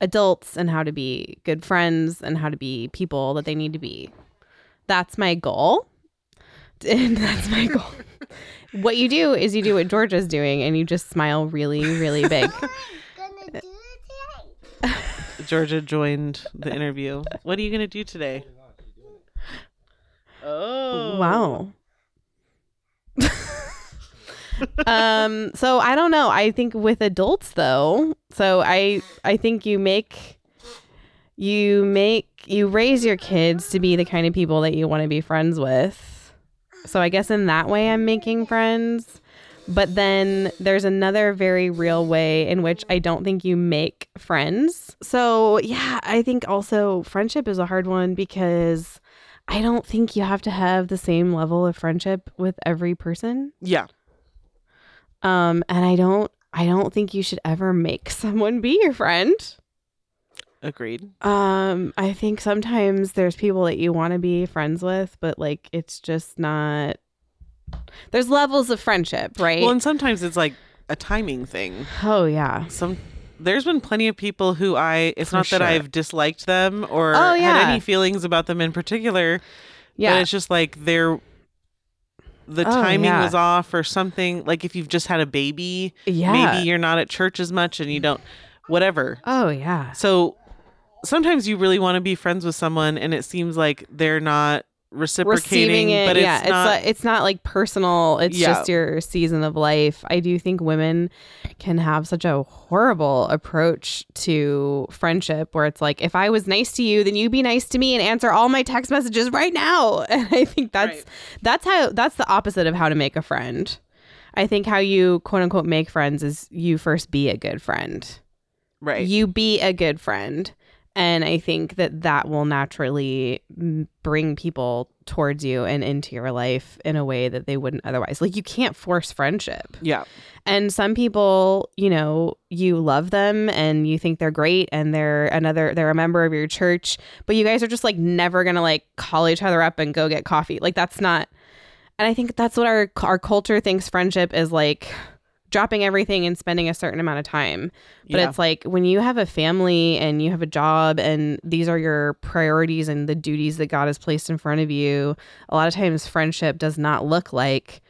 Speaker 1: adults and how to be good friends and how to be people that they need to be. That's my goal. And that's my goal. what you do is you do what Georgia's doing and you just smile really, really big.
Speaker 3: gonna do it today.
Speaker 2: Georgia joined the interview. What are you gonna do today? Oh
Speaker 1: Wow. um so I don't know. I think with adults though. So I I think you make you make you raise your kids to be the kind of people that you want to be friends with. So I guess in that way I'm making friends. But then there's another very real way in which I don't think you make friends. So, yeah, I think also friendship is a hard one because I don't think you have to have the same level of friendship with every person.
Speaker 2: Yeah.
Speaker 1: Um and I don't I don't think you should ever make someone be your friend.
Speaker 2: Agreed.
Speaker 1: Um I think sometimes there's people that you want to be friends with but like it's just not There's levels of friendship, right?
Speaker 2: Well, and sometimes it's like a timing thing.
Speaker 1: oh yeah.
Speaker 2: Some there's been plenty of people who I it's
Speaker 1: For
Speaker 2: not that
Speaker 1: sure.
Speaker 2: I've disliked them or
Speaker 1: Oh, yeah.
Speaker 2: had any feelings about them in particular. But
Speaker 1: Yeah.
Speaker 2: it's just like they're the
Speaker 1: Oh,
Speaker 2: timing
Speaker 1: yeah.
Speaker 2: was off or something. Like if you've just had a baby,
Speaker 1: Yeah.
Speaker 2: maybe you're not at church as much and you don't whatever.
Speaker 1: Oh yeah.
Speaker 2: So sometimes you really want to be friends with someone and it seems like they're not reciprocating
Speaker 1: Receiving it,
Speaker 2: but it's
Speaker 1: yeah,
Speaker 2: not
Speaker 1: it's like, it's not like personal. It's
Speaker 2: Yeah.
Speaker 1: just your season of life. I do think women can have such a horrible approach to friendship, where it's like, if I was nice to you, then you be nice to me and answer all my text messages right now. And I think that's
Speaker 2: Right.
Speaker 1: that's how that's the opposite of how to make a friend. I think how you quote unquote make friends is you first be a good friend
Speaker 2: right.
Speaker 1: you be a good friend and i think that that will naturally m- bring people towards you and into your life in a way that they wouldn't otherwise like you can't force friendship
Speaker 2: yeah.
Speaker 1: and some people you know you love them and you think they're great and they're another they're a member of your church but you guys are just like never gonna like call each other up and go get coffee like that's not and i think that's what our our culture thinks friendship is like dropping everything and spending a certain amount of time but
Speaker 2: yeah.
Speaker 1: it's like when you have a family and you have a job and these are your priorities and the duties that God has placed in front of you, a lot of times friendship does not look like,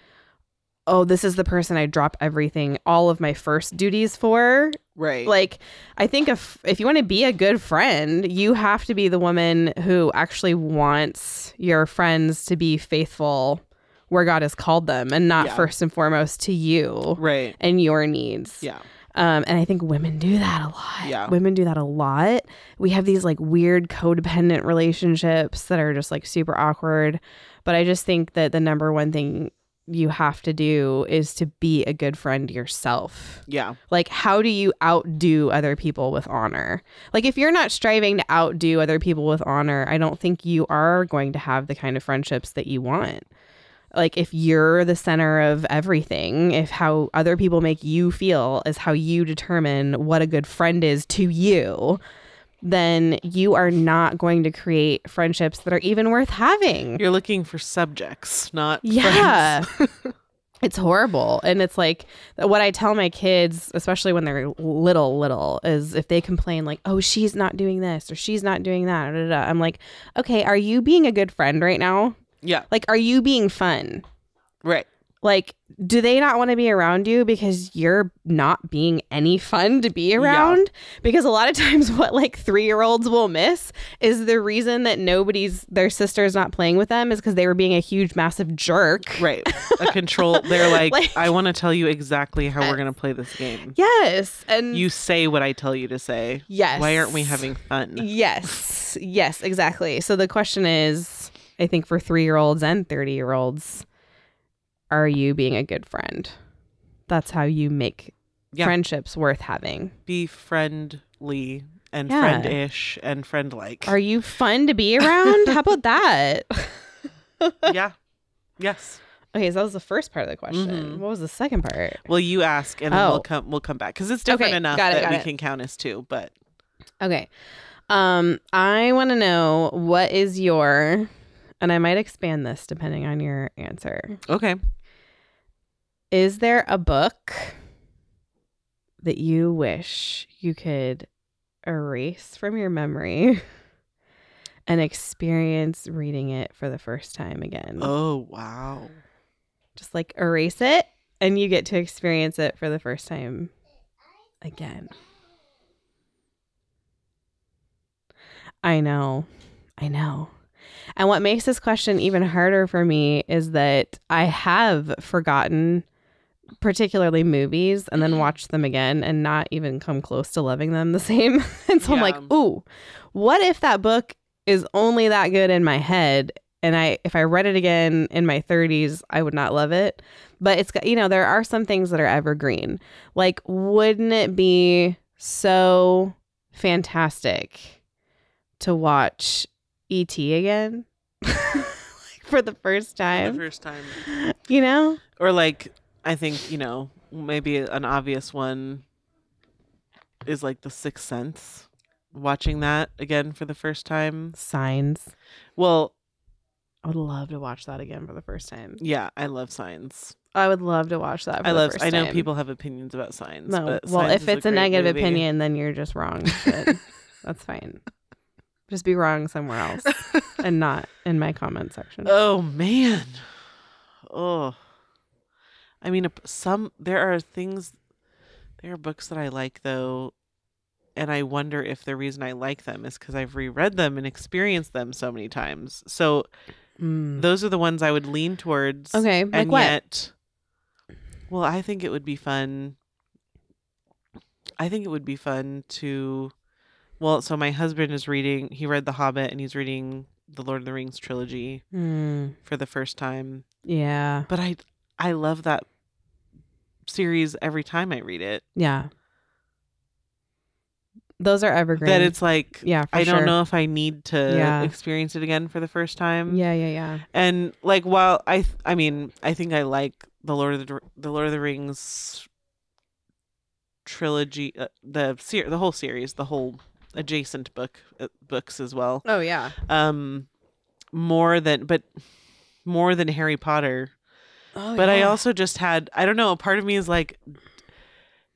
Speaker 1: oh, this is the person I drop everything, all of my first duties for.
Speaker 2: right.
Speaker 1: Like, I think if if you want to be a good friend, you have to be the woman who actually wants your friends to be faithful where God has called them and not
Speaker 2: Yeah.
Speaker 1: first and foremost to you
Speaker 2: right.
Speaker 1: and your needs.
Speaker 2: Yeah.
Speaker 1: Um, and I think women do that a lot.
Speaker 2: Yeah.
Speaker 1: Women do that a lot. We have these like weird codependent relationships that are just like super awkward. But I just think that the number one thing you have to do is to be a good friend yourself.
Speaker 2: Yeah.
Speaker 1: Like, how do you outdo other people with honor? Like, if you're not striving to outdo other people with honor, I don't think you are going to have the kind of friendships that you want. Like, if you're the center of everything, if how other people make you feel is how you determine what a good friend is to you, then you are not going to create friendships that are even worth having.
Speaker 2: You're looking for subjects, not
Speaker 1: Yeah. it's horrible. And it's like what I tell my kids, especially when they're little, little, is if they complain, like, oh, she's not doing this or she's not doing that, da, da, da," I'm like, okay, are you being a good friend right now?
Speaker 2: Yeah.
Speaker 1: Like, are you being fun?
Speaker 2: Right.
Speaker 1: Like, do they not want to be around you because you're not being any fun to be around? Because a lot of times, what like three year olds will miss is the reason that nobody's their sister's not playing with them is because they were being a huge, massive jerk.
Speaker 2: Right. A control. They're like,
Speaker 1: Like-
Speaker 2: I want to tell you exactly how we're going to play this game.
Speaker 1: Yes. And
Speaker 2: You say what I tell you to say.
Speaker 1: yes.
Speaker 2: Why aren't we having fun?
Speaker 1: Yes. Yes, exactly. So the question is, I think for 3-year-olds and 30-year-olds, are you being a good friend? That's how you make
Speaker 2: Yeah.
Speaker 1: friendships worth having.
Speaker 2: Be friendly and
Speaker 1: Yeah.
Speaker 2: friend-ish and friend-like.
Speaker 1: Are you fun to be around? How about that?
Speaker 2: yeah. Yes.
Speaker 1: Okay, so that was the first part of the question.
Speaker 2: Mhm.
Speaker 1: What was the second part?
Speaker 2: Well, you ask, and then
Speaker 1: Oh.
Speaker 2: we'll come. We'll come back because it's different
Speaker 1: Okay,
Speaker 2: enough
Speaker 1: got it,
Speaker 2: that
Speaker 1: got
Speaker 2: we
Speaker 1: it.
Speaker 2: can count as two. But
Speaker 1: Okay. Um, I want to know what is your, and I might expand this depending on your answer.
Speaker 2: okay,
Speaker 1: Is there a book that you wish you could erase from your memory and experience reading it for the first time again?
Speaker 2: Oh wow.
Speaker 1: Just like erase it and you get to experience it for the first time again. I know. I know. And what makes this question even harder for me is that I have forgotten particularly movies and then watched them again and not even come close to loving them the same. and so I'm like,
Speaker 2: Yeah.
Speaker 1: "Ooh, what if that book is only that good in my head and I if I read it again in my 30s, I would not love it." But it's got- you know, there are some things that are evergreen. Like wouldn't it be so fantastic to watch ET again like for the first
Speaker 2: The
Speaker 1: time.
Speaker 2: first time,
Speaker 1: You know?
Speaker 2: or like I think you know maybe an obvious one is like The Sixth Sense. Watching that again for the first time.
Speaker 1: Signs.
Speaker 2: Well,
Speaker 1: I would love to watch that again for the first time.
Speaker 2: yeah, I love Signs.
Speaker 1: I would love to watch that. For
Speaker 2: I
Speaker 1: the
Speaker 2: love.
Speaker 1: first
Speaker 2: I know
Speaker 1: time.
Speaker 2: people have opinions about Signs.
Speaker 1: No,
Speaker 2: but
Speaker 1: well, if
Speaker 2: Signs is
Speaker 1: it's a,
Speaker 2: great
Speaker 1: negative
Speaker 2: movie.
Speaker 1: opinion, then you're just wrong. but That's fine. Just be wrong somewhere else and not in my comment section.
Speaker 2: Oh man. Oh. I mean, ap- some there are things, there are books that I like though, and I wonder if the reason I like them is because I've reread them and experienced them so many times. So
Speaker 1: Mm.
Speaker 2: those are the ones I would lean towards.
Speaker 1: Okay, like
Speaker 2: and
Speaker 1: what?
Speaker 2: yet, well, I think it would be fun. I think it would be fun to, well, so my husband is reading. He read The Hobbit and he's reading the Lord of the Rings trilogy
Speaker 1: Mm.
Speaker 2: for the first time
Speaker 1: Yeah.
Speaker 2: but i i love that series every time i read it
Speaker 1: Yeah. Those are evergreen.
Speaker 2: that it's like
Speaker 1: yeah. For
Speaker 2: i
Speaker 1: sure.
Speaker 2: don't know if i need to
Speaker 1: Yeah.
Speaker 2: experience it again for the first time
Speaker 1: Yeah, yeah, yeah.
Speaker 2: and like while i th- i mean i think i like the lord of the, Dr- the lord of the rings trilogy uh, the ser- the whole series the whole adjacent book uh, books as well
Speaker 1: Oh yeah.
Speaker 2: um more than but more than harry potter
Speaker 1: Oh,
Speaker 2: but I
Speaker 1: yeah.
Speaker 2: also just had I don't know, a part of me is like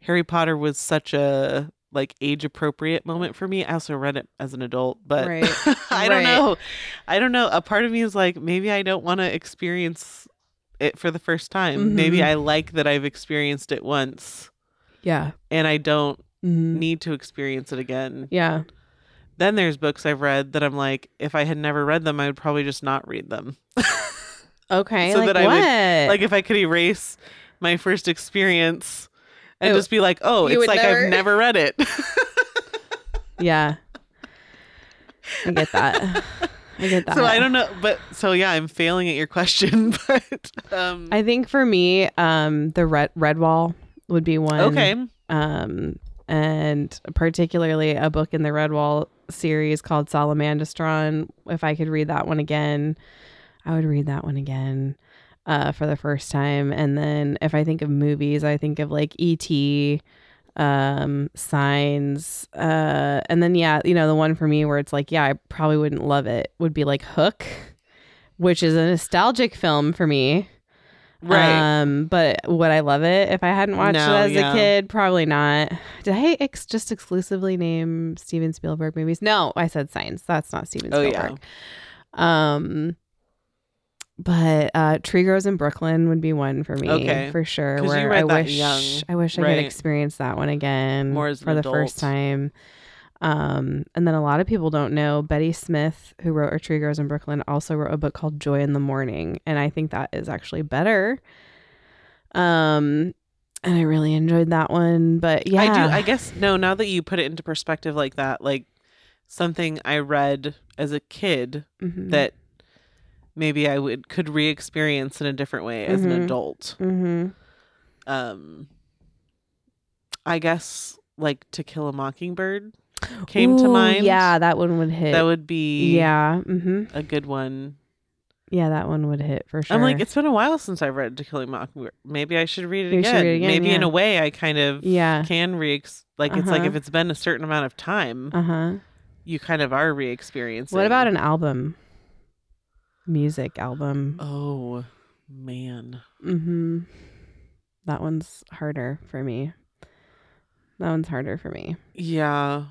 Speaker 2: Harry Potter was such a like age appropriate moment for me. I also read it as an adult, but
Speaker 1: Right.
Speaker 2: I don't
Speaker 1: Right.
Speaker 2: know. I don't know. A part of me is like maybe I don't want to experience it for the first time. Maybe
Speaker 1: Mhm.
Speaker 2: I like that I've experienced it once
Speaker 1: yeah.
Speaker 2: and I don't
Speaker 1: Mhm.
Speaker 2: need to experience it again.
Speaker 1: Yeah.
Speaker 2: Then there's books I've read that I'm like if I had never read them, I would probably just not read them.
Speaker 1: Okay.
Speaker 2: So
Speaker 1: like what?
Speaker 2: that I would-
Speaker 1: Eh.
Speaker 2: like if I could erase my first experience and
Speaker 1: It-
Speaker 2: just be like, oh,
Speaker 1: you
Speaker 2: it's
Speaker 1: would
Speaker 2: like
Speaker 1: never-
Speaker 2: I've never read it.
Speaker 1: yeah. I get that. I get that.
Speaker 2: so I don't know, but so yeah, I'm failing at your question, but um,
Speaker 1: I think for me, um, the red red wall would be one.
Speaker 2: okay,
Speaker 1: Um, and particularly a book in the red wall series called Salamandastron. If I could read that one again, I would read that one again. Uh, for the first time, and then if I think of movies, I think of like E.T., um, Signs, uh, and then yeah, you know the one for me where it's like, yeah, I probably wouldn't love it would be like Hook, which is a nostalgic film for me.
Speaker 2: right,
Speaker 1: Um, but would I love it if I hadn't watched
Speaker 2: No,
Speaker 1: it as
Speaker 2: yeah.
Speaker 1: a kid? Probably not. Did I ex- just exclusively name Steven Spielberg movies? No, I said Signs. That's not Steven
Speaker 2: Oh,
Speaker 1: Spielberg.
Speaker 2: yeah.
Speaker 1: Um, but uh, Tree Grows in Brooklyn would be one for me,
Speaker 2: Okay.
Speaker 1: for sure.
Speaker 2: 'Cause you
Speaker 1: Where
Speaker 2: read
Speaker 1: I
Speaker 2: that
Speaker 1: wish
Speaker 2: young,
Speaker 1: I wish I
Speaker 2: right?
Speaker 1: could experience that one again
Speaker 2: More as an
Speaker 1: for the first
Speaker 2: adult.
Speaker 1: time. Um, and then a lot of people don't know Betty Smith, who wrote A Tree Grows in Brooklyn, also wrote a book called Joy in the Morning, and I think that is actually better. Um, and I really enjoyed that one, but yeah,
Speaker 2: I do. I guess no. Now that you put it into perspective like that, like something I read as a kid
Speaker 1: Mhm.
Speaker 2: that maybe I would could re-experience in a different way as an
Speaker 1: Mhm.
Speaker 2: adult.
Speaker 1: Mhm.
Speaker 2: Um, I guess like To Kill a Mockingbird. came to
Speaker 1: Ooh,
Speaker 2: mind.
Speaker 1: Yeah, that one would hit.
Speaker 2: That would be
Speaker 1: Yeah. Mm-hmm.
Speaker 2: a good one.
Speaker 1: Yeah, that one would hit for sure.
Speaker 2: I'm like, it's been a while since I've read To Kill a Mockingbird. Maybe I should read it,
Speaker 1: You should
Speaker 2: again.
Speaker 1: read it again,
Speaker 2: Maybe in
Speaker 1: yeah.
Speaker 2: a way I kind of
Speaker 1: yeah.
Speaker 2: can re like it's like
Speaker 1: Uh-huh.
Speaker 2: if it's been a certain amount of time,
Speaker 1: Uh huh.
Speaker 2: you kind of are re experiencing.
Speaker 1: What about an album? Music album.
Speaker 2: Oh man.
Speaker 1: Mm-hmm. That one's harder for me. That one's harder for me.
Speaker 2: Yeah.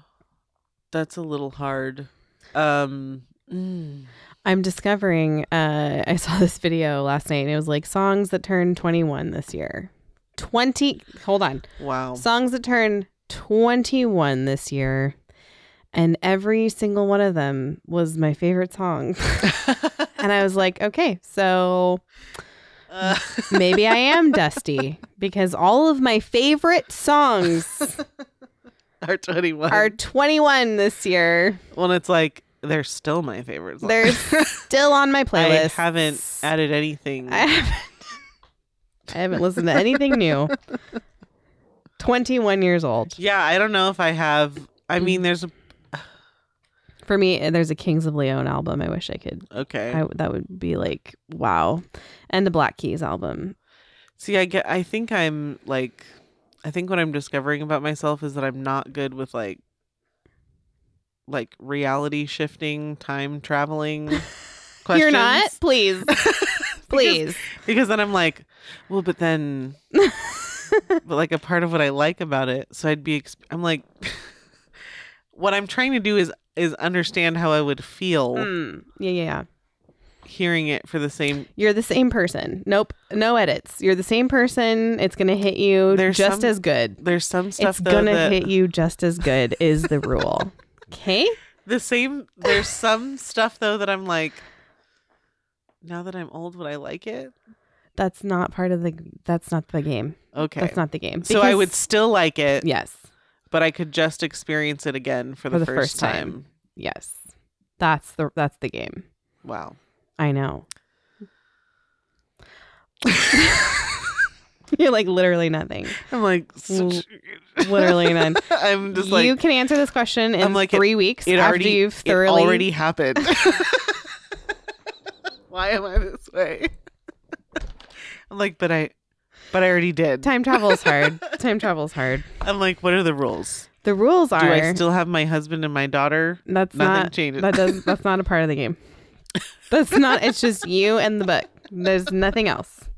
Speaker 2: That's a little hard. Um mm.
Speaker 1: I'm discovering. Uh, I saw this video last night, and it was like songs that turned 21 this year. 20. Hold on.
Speaker 2: wow.
Speaker 1: Songs that turned 21 this year, and every single one of them was my favorite song. and I was like, okay, so
Speaker 2: Uh,
Speaker 1: maybe I am dusty because all of my favorite songs
Speaker 2: are 21.
Speaker 1: are 21 this year.
Speaker 2: Well, it's like they're still my favorite. song.
Speaker 1: They're still on my
Speaker 2: I
Speaker 1: playlist.
Speaker 2: haven't added anything.
Speaker 1: I haven't, I haven't listened to anything new. 21 years old.
Speaker 2: yeah, I don't know if I have. I
Speaker 1: Mm.
Speaker 2: mean, there's a,
Speaker 1: For me, there's a Kings of Leon album I wish I could
Speaker 2: okay.
Speaker 1: I, that would be like wow and the black keys album
Speaker 2: See, I get. I think I'm like. I think what I'm discovering about myself is that I'm not good with like, like reality shifting, time traveling. questions.
Speaker 1: you're not please please
Speaker 2: because then I'm like, well, but then, but like a part of what I like about it, so I'd be. Exp- I'm like, what I'm trying to do is is understand how I would feel
Speaker 1: Mm. yeah yeah yeah
Speaker 2: hearing it for the same.
Speaker 1: you're the same person nope no edits you're the same person it's gonna hit you
Speaker 2: There's
Speaker 1: just
Speaker 2: some
Speaker 1: as good
Speaker 2: There's some stuff
Speaker 1: it's
Speaker 2: though,
Speaker 1: gonna
Speaker 2: that-
Speaker 1: hit you just as good is the rule okay
Speaker 2: the same there's some stuff though that i'm like now that i'm old would i like it
Speaker 1: that's not part of the that's not the game
Speaker 2: okay
Speaker 1: that's not the game
Speaker 2: so i would
Speaker 1: Because-
Speaker 2: still like it
Speaker 1: yes
Speaker 2: but i could just experience it again for the,
Speaker 1: For the
Speaker 2: first,
Speaker 1: first
Speaker 2: time.
Speaker 1: time. yes that's the that's the game
Speaker 2: wow
Speaker 1: I know. You're like literally nothing.
Speaker 2: i'm like such,
Speaker 1: Literally none.
Speaker 2: i'm just like
Speaker 1: you can answer this question in
Speaker 2: I'm like, it-
Speaker 1: three weeks
Speaker 2: it
Speaker 1: after
Speaker 2: already
Speaker 1: you've
Speaker 2: it
Speaker 1: thoroughly.
Speaker 2: already happened why am i this way i'm like but i but i already did
Speaker 1: Time travel is hard. Time travel is hard.
Speaker 2: i'm like what are the rules
Speaker 1: The rules are
Speaker 2: do i still have my husband and my daughter
Speaker 1: that's
Speaker 2: nothing
Speaker 1: not
Speaker 2: changes.
Speaker 1: that does that's not a part of the game. That's not. It's just you and the book. There's nothing else,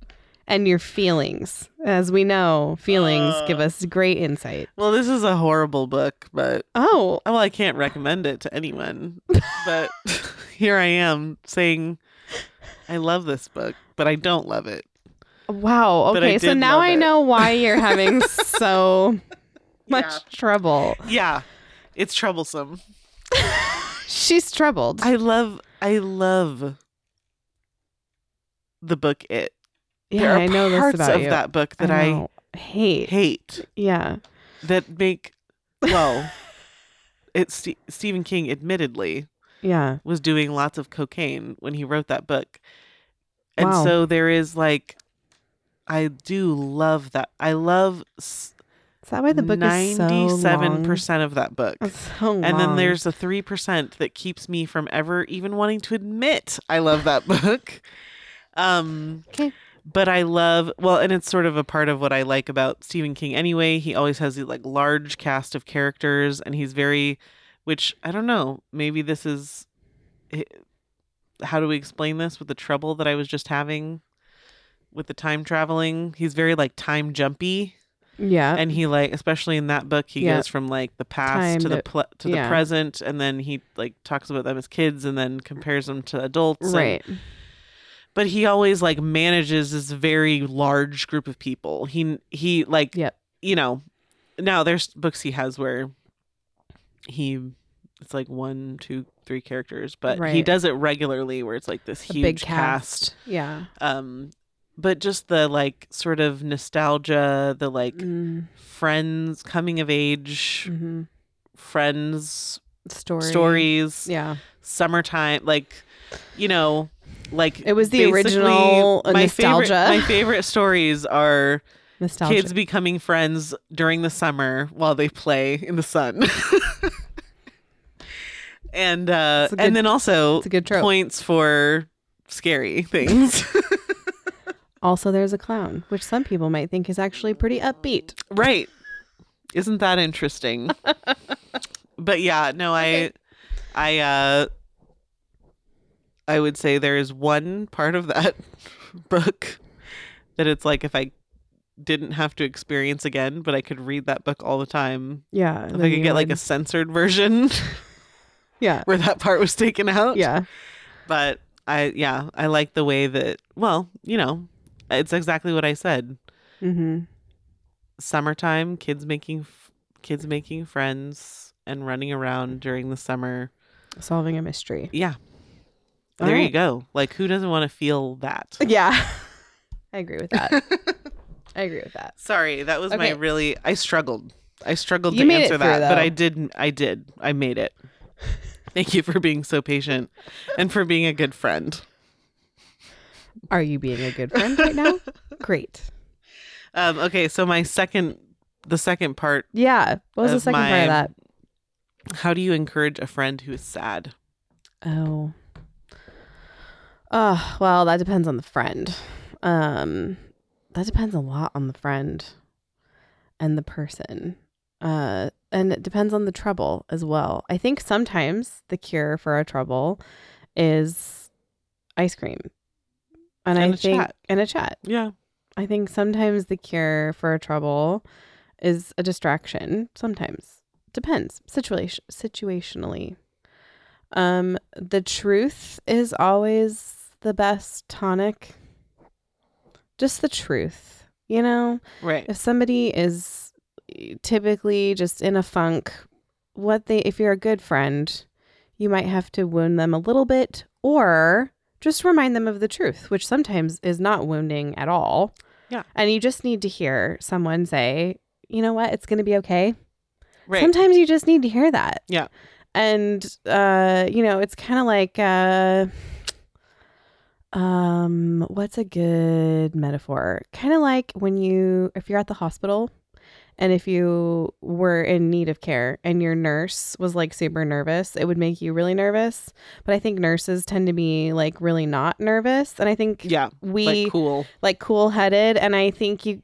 Speaker 1: and your feelings. As we know, feelings
Speaker 2: Uh.
Speaker 1: give us great insight.
Speaker 2: well this is a horrible book but
Speaker 1: Oh,
Speaker 2: Well, I can't recommend it to anyone, but here I am saying I love this book, but I don't love it.
Speaker 1: Wow.
Speaker 2: But I
Speaker 1: Okay. So
Speaker 2: did
Speaker 1: now
Speaker 2: love
Speaker 1: I
Speaker 2: it.
Speaker 1: know why you're having so much trouble.
Speaker 2: Yeah, it's troublesome.
Speaker 1: She's troubled.
Speaker 2: I love, I love the book. It
Speaker 1: yeah,
Speaker 2: there are
Speaker 1: I know this
Speaker 2: parts
Speaker 1: about
Speaker 2: of
Speaker 1: you.
Speaker 2: that book that I,
Speaker 1: know. hate.
Speaker 2: hate
Speaker 1: Yeah.
Speaker 2: that make well. it's Ste Stephen King, admittedly,
Speaker 1: Yeah.
Speaker 2: was doing lots of cocaine when he wrote that book. And
Speaker 1: Wow.
Speaker 2: so there is like I do love that. I love s-
Speaker 1: Is that why the book is so long?
Speaker 2: 97% of that book.
Speaker 1: It's so
Speaker 2: And then
Speaker 1: long.
Speaker 2: there's the 3% that keeps me from ever even wanting to admit I love that book. Um
Speaker 1: 'Kay.
Speaker 2: but I love well and it's sort of a part of what I like about Stephen King anyway. He always has these like large cast of characters and he's very which I don't know, maybe this is eh, how do we explain this with the trouble that I was just having with the time traveling? He's very like time jumpy
Speaker 1: yeah.
Speaker 2: and he like especially in that book he
Speaker 1: Uh, Yeah.
Speaker 2: goes from like the past
Speaker 1: Time
Speaker 2: to the
Speaker 1: to-
Speaker 2: ple- to
Speaker 1: yeah.
Speaker 2: the present and then he like talks about them as kids and then compares them to adults and-
Speaker 1: right.
Speaker 2: but he always like manages this very large group of people he he like
Speaker 1: Yep.
Speaker 2: you know now there's books he has where he it's like one two three characters but he
Speaker 1: Right.
Speaker 2: does it regularly where it's like this
Speaker 1: A
Speaker 2: huge
Speaker 1: big
Speaker 2: cast
Speaker 1: cast. Yeah.
Speaker 2: um but just the like sort of nostalgia the like
Speaker 1: Mm,
Speaker 2: friends coming of age
Speaker 1: mhm.
Speaker 2: friends
Speaker 1: Story.
Speaker 2: stories
Speaker 1: Yeah.
Speaker 2: summertime like you know like
Speaker 1: It was the
Speaker 2: basically
Speaker 1: original, uh,
Speaker 2: my
Speaker 1: nostalgia.
Speaker 2: favorite, my favorite stories are
Speaker 1: Nostalgia.
Speaker 2: kids becoming friends during the summer while they play in the sun and uh,
Speaker 1: It's a good-
Speaker 2: and then also
Speaker 1: it's a good trope.
Speaker 2: points for scary things.
Speaker 1: Also, there's a clown, which some people might think is actually pretty upbeat.
Speaker 2: right? Isn't that interesting? but yeah, no, I, I, uh, I would say there is one part of that book that it's like if I didn't have to experience again, but I could read that book all the time.
Speaker 1: Yeah.
Speaker 2: If I could get like a censored version
Speaker 1: yeah,
Speaker 2: where that part was taken out.
Speaker 1: yeah,
Speaker 2: but I yeah, I like the way that well, you know, it's exactly what I said.
Speaker 1: mm-hmm.
Speaker 2: Summertime, kids making f- kids making friends and running around during the summer.
Speaker 1: solving a mystery.
Speaker 2: Yeah.
Speaker 1: All
Speaker 2: there you
Speaker 1: right.
Speaker 2: go. Like who doesn't want to feel that?
Speaker 1: Yeah, I agree with that. I agree with that.
Speaker 2: Sorry, that was
Speaker 1: Okay.
Speaker 2: my really I struggled. I struggled
Speaker 1: You
Speaker 2: to
Speaker 1: made it
Speaker 2: answer that,
Speaker 1: through,
Speaker 2: but I
Speaker 1: though.
Speaker 2: did I did. I made it. Thank you for being so patient and for being a good friend.
Speaker 1: Are you being a good friend right now? Great.
Speaker 2: Um okay, so my second the second part
Speaker 1: Yeah. What was the
Speaker 2: Of
Speaker 1: second part of
Speaker 2: my-
Speaker 1: that?
Speaker 2: How do you encourage a friend who is sad?
Speaker 1: Oh. Oh, well, that depends on the friend. Um that depends a lot on the friend and the person. Uh and it depends on the trouble as well. I think sometimes the cure for our trouble is ice cream. And,
Speaker 2: And
Speaker 1: I
Speaker 2: a
Speaker 1: think
Speaker 2: chat.
Speaker 1: and a chat.
Speaker 2: Yeah.
Speaker 1: I think sometimes the cure for a trouble is a distraction. Sometimes depends situation situationally. Um, the truth is always the best tonic. Just the truth, you know.
Speaker 2: Right.
Speaker 1: If somebody is eh, typically just in a funk, what they if you're a good friend, you might have to wound them a little bit or just remind them of the truth, which sometimes is not wounding at all.
Speaker 2: Yeah.
Speaker 1: And you just need to hear someone say, "You know what? It's going to be okay."
Speaker 2: Right.
Speaker 1: Sometimes you just need to hear that.
Speaker 2: Yeah.
Speaker 1: And uh, you know, it's kind of like uh um what's a good metaphor? Kind of like when you if you're at the hospital and if you were in need of care and your nurse was like super nervous, it would make you really nervous. But I think nurses tend to be like really not nervous, and I think
Speaker 2: yeah.
Speaker 1: we
Speaker 2: like cool.
Speaker 1: like cool headed and i think you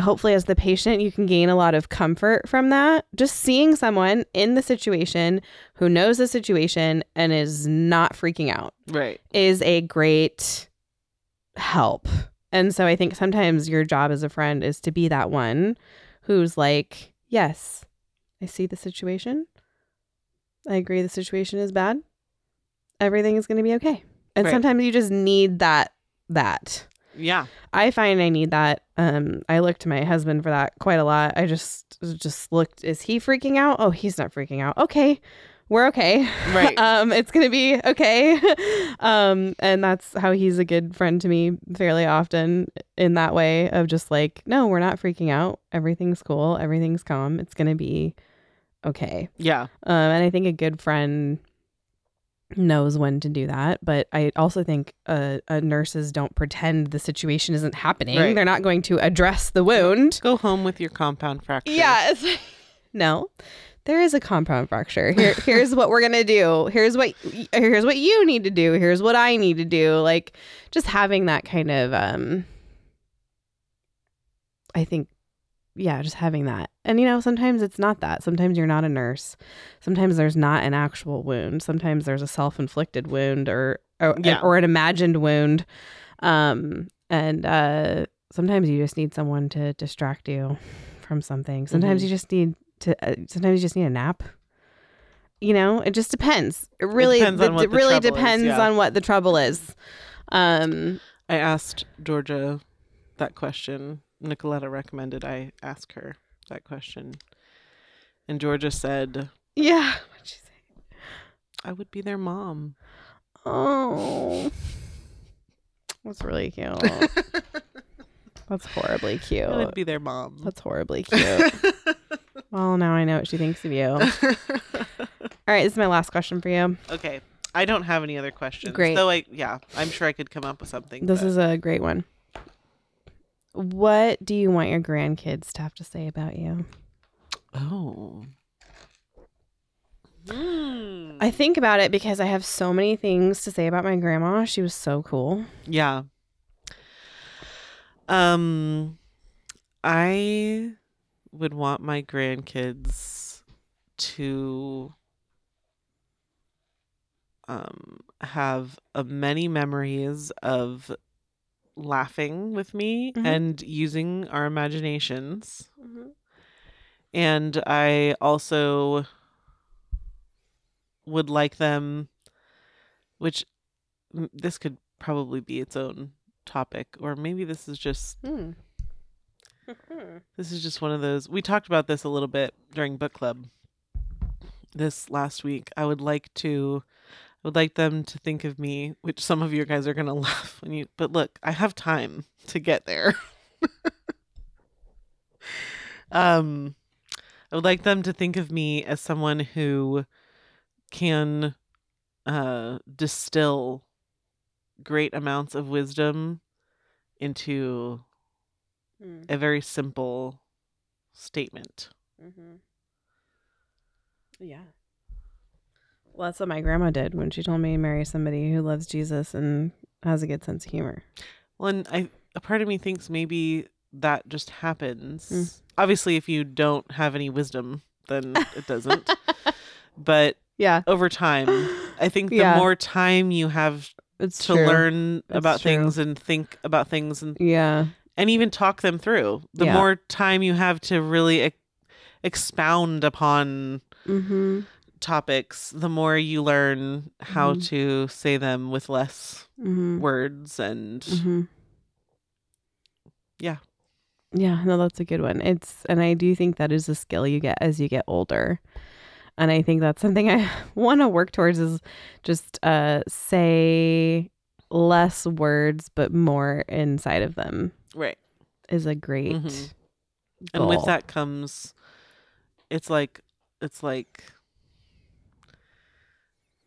Speaker 1: hopefully as the patient you can gain a lot of comfort from that just seeing someone in the situation who knows the situation and is not freaking out
Speaker 2: Right.
Speaker 1: is a great help and so i think sometimes your job as a friend is to be that one who's like yes i see the situation i agree the situation is bad everything is going to be okay and
Speaker 2: Right.
Speaker 1: sometimes you just need that that
Speaker 2: Yeah.
Speaker 1: I find I need that. Um, I look to my husband for that quite a lot. I just just looked. Is he freaking out? Oh, he's not freaking out. Okay, we're okay.
Speaker 2: Right.
Speaker 1: um, it's gonna be okay. um, and that's how he's a good friend to me fairly often in that way of just like, no, we're not freaking out. Everything's cool. Everything's calm. It's gonna be okay.
Speaker 2: Yeah.
Speaker 1: Um, and I think a good friend knows when to do that. But I also think uh, uh, nurses don't pretend the situation isn't happening.
Speaker 2: Right.
Speaker 1: They're not going to address the wound.
Speaker 2: Go home with your compound fracture.
Speaker 1: Yeah. It's like, no, there is a compound fracture. Here, here's what we're gonna do. Here's what y- here's what you need to do. Here's what I need to do. Like just having that kind of um, I think. Yeah, just having that. And you know, sometimes it's not that. Sometimes you're not a nurse. Sometimes there's not an actual wound. Sometimes there's a self-inflicted wound or or,
Speaker 2: Yeah.
Speaker 1: or an imagined wound. Um and uh sometimes you just need someone to distract you from something. Sometimes
Speaker 2: Mm-hmm.
Speaker 1: you just need to. Uh, sometimes you just need a nap. You know, it just depends. It really,
Speaker 2: depends on
Speaker 1: the-
Speaker 2: what
Speaker 1: it
Speaker 2: the
Speaker 1: really
Speaker 2: trouble is,
Speaker 1: depends
Speaker 2: yeah.
Speaker 1: on what the trouble is. Um,
Speaker 2: I asked Georgia that question. Nicoletta recommended I ask her that question. And Georgia said,
Speaker 1: yeah. What'd she say?
Speaker 2: I would be their mom.
Speaker 1: Oh, that's really cute. that's horribly
Speaker 2: I would
Speaker 1: cute.
Speaker 2: be their mom.
Speaker 1: That's horribly cute. well, now I know what she thinks of you. All right, this is my last question for you.
Speaker 2: okay. I don't have any other questions.
Speaker 1: Great.
Speaker 2: Though I yeah, I'm sure I could come up with something.
Speaker 1: This
Speaker 2: but-
Speaker 1: is a great one. What do you want your Mm-hmm. grandkids to have to say about you?
Speaker 2: Oh.
Speaker 1: I think about it because I have so many things to say about my grandma. She was so cool.
Speaker 2: Yeah. Um I would want my grandkids to um have uh, many memories of laughing with me
Speaker 1: Mhm.
Speaker 2: and using our imaginations.
Speaker 1: Mm-hmm.
Speaker 2: And I also would like them, which m- this could probably be its own topic, or maybe this is just
Speaker 1: Mm. Mm-hmm.
Speaker 2: this is just one of those. We talked about this a little bit during book club this last week. I would like to I would like them to think of me, which some of you guys are going to laugh when you but look, I have time to get there. um I would like them to think of me as someone who can uh distill great amounts of wisdom into a very simple statement.
Speaker 1: Mm-hmm. Yeah. Well, that's what my grandma did when she told me marry somebody who loves Jesus and has a good sense of humor.
Speaker 2: Well, and I, a part of me thinks maybe that just happens.
Speaker 1: Mm.
Speaker 2: Obviously, if you don't have any wisdom, then it doesn't. but
Speaker 1: Yeah,
Speaker 2: over time,
Speaker 1: Um,
Speaker 2: I think the
Speaker 1: Yeah.
Speaker 2: more time you have
Speaker 1: it's
Speaker 2: to
Speaker 1: true.
Speaker 2: learn
Speaker 1: It's
Speaker 2: about
Speaker 1: true.
Speaker 2: things and think about things and
Speaker 1: Yeah.
Speaker 2: and even talk them through, the
Speaker 1: Yeah.
Speaker 2: more time you have to really ex- expound upon
Speaker 1: Mm-hmm.
Speaker 2: topics, the more you learn how
Speaker 1: Mhm.
Speaker 2: to say them with less
Speaker 1: Mm-hmm.
Speaker 2: words and
Speaker 1: Mm-hmm.
Speaker 2: Yeah.
Speaker 1: Yeah, no, that's a good one. It's and I do think that is a skill you get as you get older. And I think that's something I want to work towards is just uh say less words but more inside of them
Speaker 2: right.
Speaker 1: is a great
Speaker 2: Mhm. And with
Speaker 1: goal.
Speaker 2: that comes it's like it's like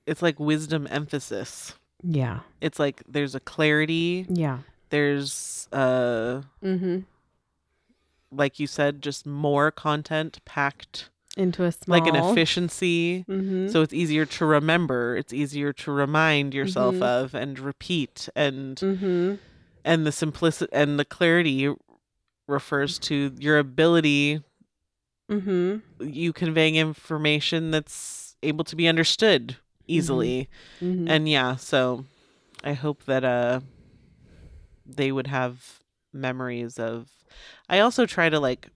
Speaker 2: it's like wisdom emphasis.
Speaker 1: Yeah.
Speaker 2: It's like there's a clarity,
Speaker 1: Yeah.
Speaker 2: there's uh
Speaker 1: Mhm.
Speaker 2: like you said just more content packed
Speaker 1: Into a small
Speaker 2: like an efficiency.
Speaker 1: Mhm.
Speaker 2: So it's easier to remember, it's easier to remind yourself
Speaker 1: Mhm.
Speaker 2: of and repeat and
Speaker 1: Mhm.
Speaker 2: and the simplicity and the clarity refers to your ability
Speaker 1: Mhm.
Speaker 2: you conveying information that's able to be understood easily
Speaker 1: Mhm.
Speaker 2: and yeah so i hope that uh they would have memories of i also try to like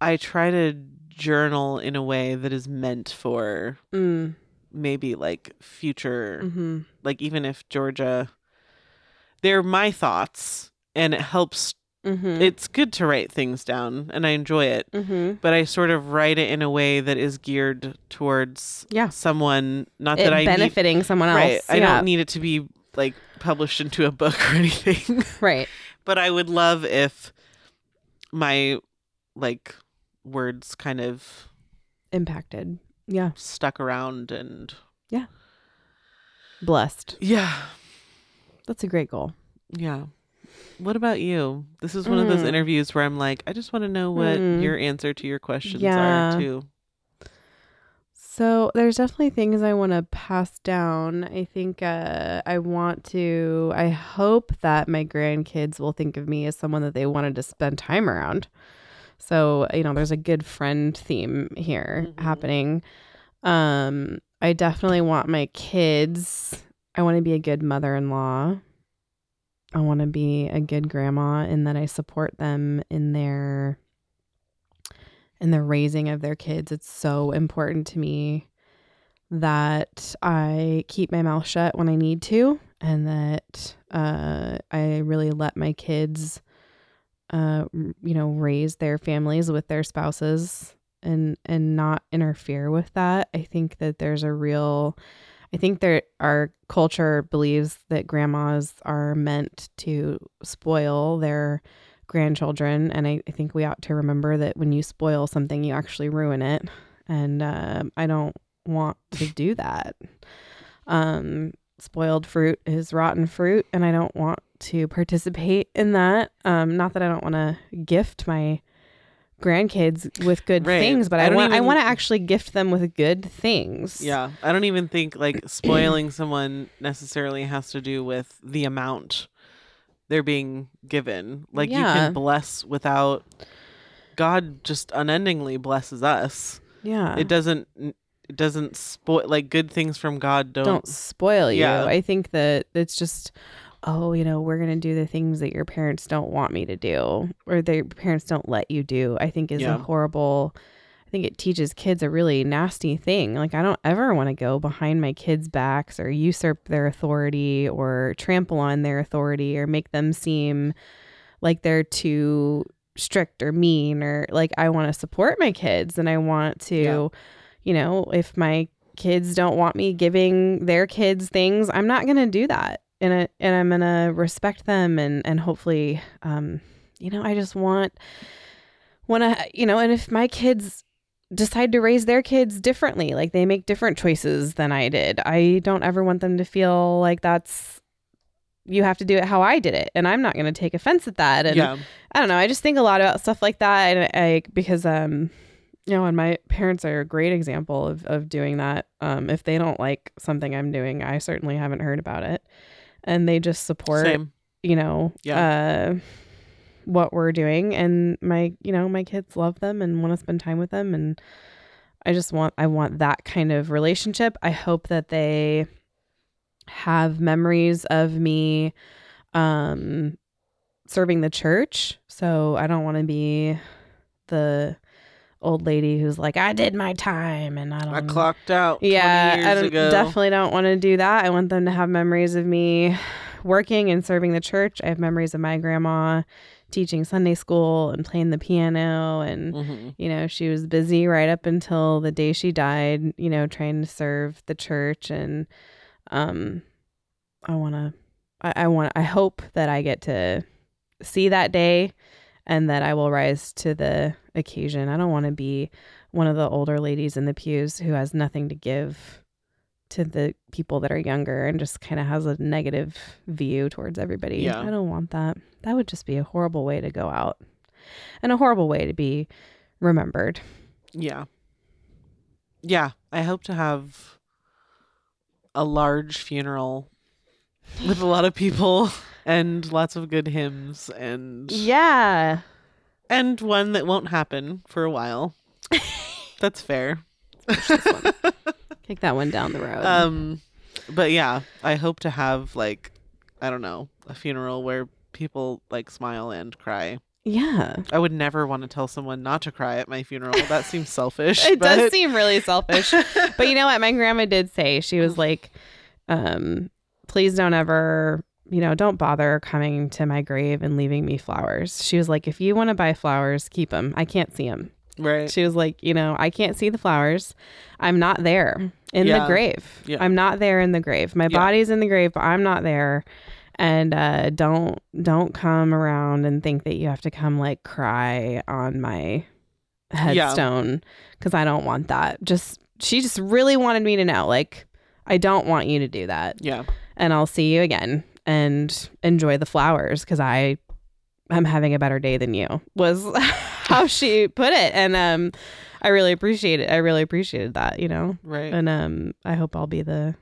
Speaker 2: i try to journal in a way that is meant for
Speaker 1: Mm.
Speaker 2: maybe like future
Speaker 1: Mhm.
Speaker 2: like even if georgia they're my thoughts and it helps
Speaker 1: Mhm.
Speaker 2: it's good to write things down and i enjoy it
Speaker 1: Mhm.
Speaker 2: but i sort of write it in a way that is geared towards
Speaker 1: Yeah.
Speaker 2: someone not
Speaker 1: It
Speaker 2: that i need,
Speaker 1: benefiting someone else.
Speaker 2: right i
Speaker 1: yeah.
Speaker 2: don't need it to be like published into a book or anything
Speaker 1: right.
Speaker 2: but i would love if my like words kind of
Speaker 1: Impacted. Yeah.
Speaker 2: stuck around and
Speaker 1: Blessed.
Speaker 2: yeah
Speaker 1: That's a great goal.
Speaker 2: Yeah. What about you? This is one of those
Speaker 1: Mm.
Speaker 2: interviews where I'm like, I just want to know what
Speaker 1: Mm.
Speaker 2: your answer to your questions
Speaker 1: Yeah.
Speaker 2: are too.
Speaker 1: So there's definitely things I want to pass down. I think uh, I want to. I hope that my grandkids will think of me as someone that they wanted to spend time around. So you know, there's a good friend theme here
Speaker 2: Mhm.
Speaker 1: happening. Um, I definitely want my kids. I want to be a good mother-in-law. I want to be a good grandma, in that I support them in their and the raising of their kids. It's so important to me that I keep my mouth shut when I need to and that uh, I really let my kids, uh, m- you know, raise their families with their spouses and and not interfere with that. I think that there's a real I think there our culture believes that grandmas are meant to spoil their grandchildren and I, I think we ought to remember that when you spoil something you actually ruin it and um i don't want to do that um spoiled fruit is rotten fruit and i don't want to participate in that um not that i don't want to gift my grandkids with good
Speaker 2: Right.
Speaker 1: things, but
Speaker 2: I
Speaker 1: I,
Speaker 2: don't
Speaker 1: want I
Speaker 2: even-
Speaker 1: want to actually gift them with good things.
Speaker 2: Yeah, I don't even think like spoiling someone necessarily has to do with the amount they're being given. Like you
Speaker 1: Yeah.
Speaker 2: can bless without God just unendingly blesses us.
Speaker 1: Yeah.
Speaker 2: It doesn't it doesn't spoil like good things from God don't,
Speaker 1: don't spoil you.
Speaker 2: Yeah.
Speaker 1: I think that it's just, oh, you know, we're gonna do the things that your parents don't want me to do or their parents don't let you do. I think is
Speaker 2: Yeah.
Speaker 1: a horrible. I think it teaches kids a really nasty thing. Like I don't ever want to go behind my kids' backs or usurp their authority or trample on their authority or make them seem like they're too strict or mean or like I want to support my kids and I want to
Speaker 2: Yeah.
Speaker 1: you know, if my kids don't want me giving their kids things, I'm not going to do that. And, I, and I'm going to respect them and, and hopefully, um, you know, I just want, want to, you know, and if my kids decide to raise their kids differently, like they make different choices than I did, I don't ever want them to feel like that's, you have to do it how I did it. And I'm not going to take offense at that. And
Speaker 2: yeah.
Speaker 1: I don't know. I just think a lot about stuff like that, and I because um, you know, and my parents are a great example of of doing that. Um, if they don't like something I'm doing, I certainly haven't heard about it, and they just support
Speaker 2: Same.
Speaker 1: you know uh, what we're doing, and my you know my kids love them and want to spend time with them, and I just want I want that kind of relationship. I hope that they have memories of me um serving the church. So I don't want to be the old lady who's like, I did my time and I don't
Speaker 2: I clocked out. 20
Speaker 1: yeah,
Speaker 2: years
Speaker 1: I don't-
Speaker 2: ago.
Speaker 1: definitely don't want to do that. I want them to have memories of me working and serving the church. I have memories of my grandma teaching Sunday school and playing the piano and
Speaker 2: Mhm.
Speaker 1: you know, she was busy right up until the day she died, you know, trying to serve the church and um I wanna I, I want I hope that I get to see that day and that I will rise to the occasion. I don't wanna be one of the older ladies in the pews who has nothing to give to the people that are younger and just kind of has a negative view towards everybody.
Speaker 2: Yeah.
Speaker 1: I don't want that. That would just be a horrible way to go out and a horrible way to be remembered.
Speaker 2: Yeah. Yeah. I hope to have a large funeral with a lot of people and lots of good hymns and
Speaker 1: Yeah.
Speaker 2: and one that won't happen for a while. That's fair.
Speaker 1: Kick that one down the road.
Speaker 2: Um but yeah, I hope to have like I don't know, a funeral where people like smile and cry.
Speaker 1: yeah.
Speaker 2: I would never want to tell someone not to cry at my funeral. That seems selfish.
Speaker 1: It
Speaker 2: but-
Speaker 1: does seem really selfish. but you know what? My grandma did say, she was like, um, please don't ever, you know, don't bother coming to my grave and leaving me flowers. She was like, if you want to buy flowers, keep them. I can't see them.
Speaker 2: right.
Speaker 1: She was like, you know, I can't see the flowers. I'm not there in
Speaker 2: Yeah.
Speaker 1: the grave.
Speaker 2: Yeah.
Speaker 1: I'm not there in the grave. My
Speaker 2: Yeah.
Speaker 1: body's in the grave, but I'm not there. And uh, don't don't come around and think that you have to come like cry on my headstone because I don't want that. Just she just really wanted me to know like I don't want you to do that
Speaker 2: Yeah.
Speaker 1: and I'll see you again and enjoy the flowers because I am having a better day than you was how she put it. And um I really appreciate it. I really appreciated that, you know.
Speaker 2: Right.
Speaker 1: And um I hope I'll be the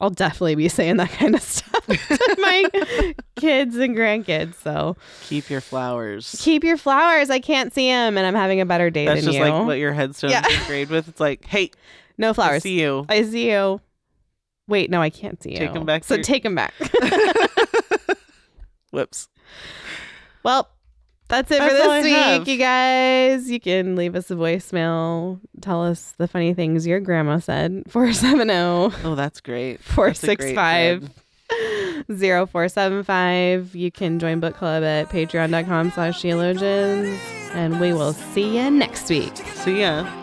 Speaker 1: I'll definitely be saying that kind of stuff to my kids and grandkids. So
Speaker 2: Keep your flowers.
Speaker 1: keep your flowers. I can't see them, and I'm having a better day
Speaker 2: That's
Speaker 1: than
Speaker 2: just
Speaker 1: you.
Speaker 2: like what your headstone's
Speaker 1: Yeah.
Speaker 2: engraved with. It's like, hey,
Speaker 1: no
Speaker 2: I
Speaker 1: flowers.
Speaker 2: see you.
Speaker 1: I see you. Wait, no, I can't see you.
Speaker 2: Take 'em back to
Speaker 1: So
Speaker 2: your-
Speaker 1: take them back.
Speaker 2: Whoops.
Speaker 1: Well, that's it
Speaker 2: That's
Speaker 1: for
Speaker 2: all I
Speaker 1: this week,
Speaker 2: have.
Speaker 1: you guys. You can leave us a voicemail. Tell us the funny things your grandma said. 470
Speaker 2: Oh, that's great. That's a great
Speaker 1: 465
Speaker 2: thread.
Speaker 1: 0475. You can join book club at patreon.com slash theologians. And we will see you next week.
Speaker 2: So yeah.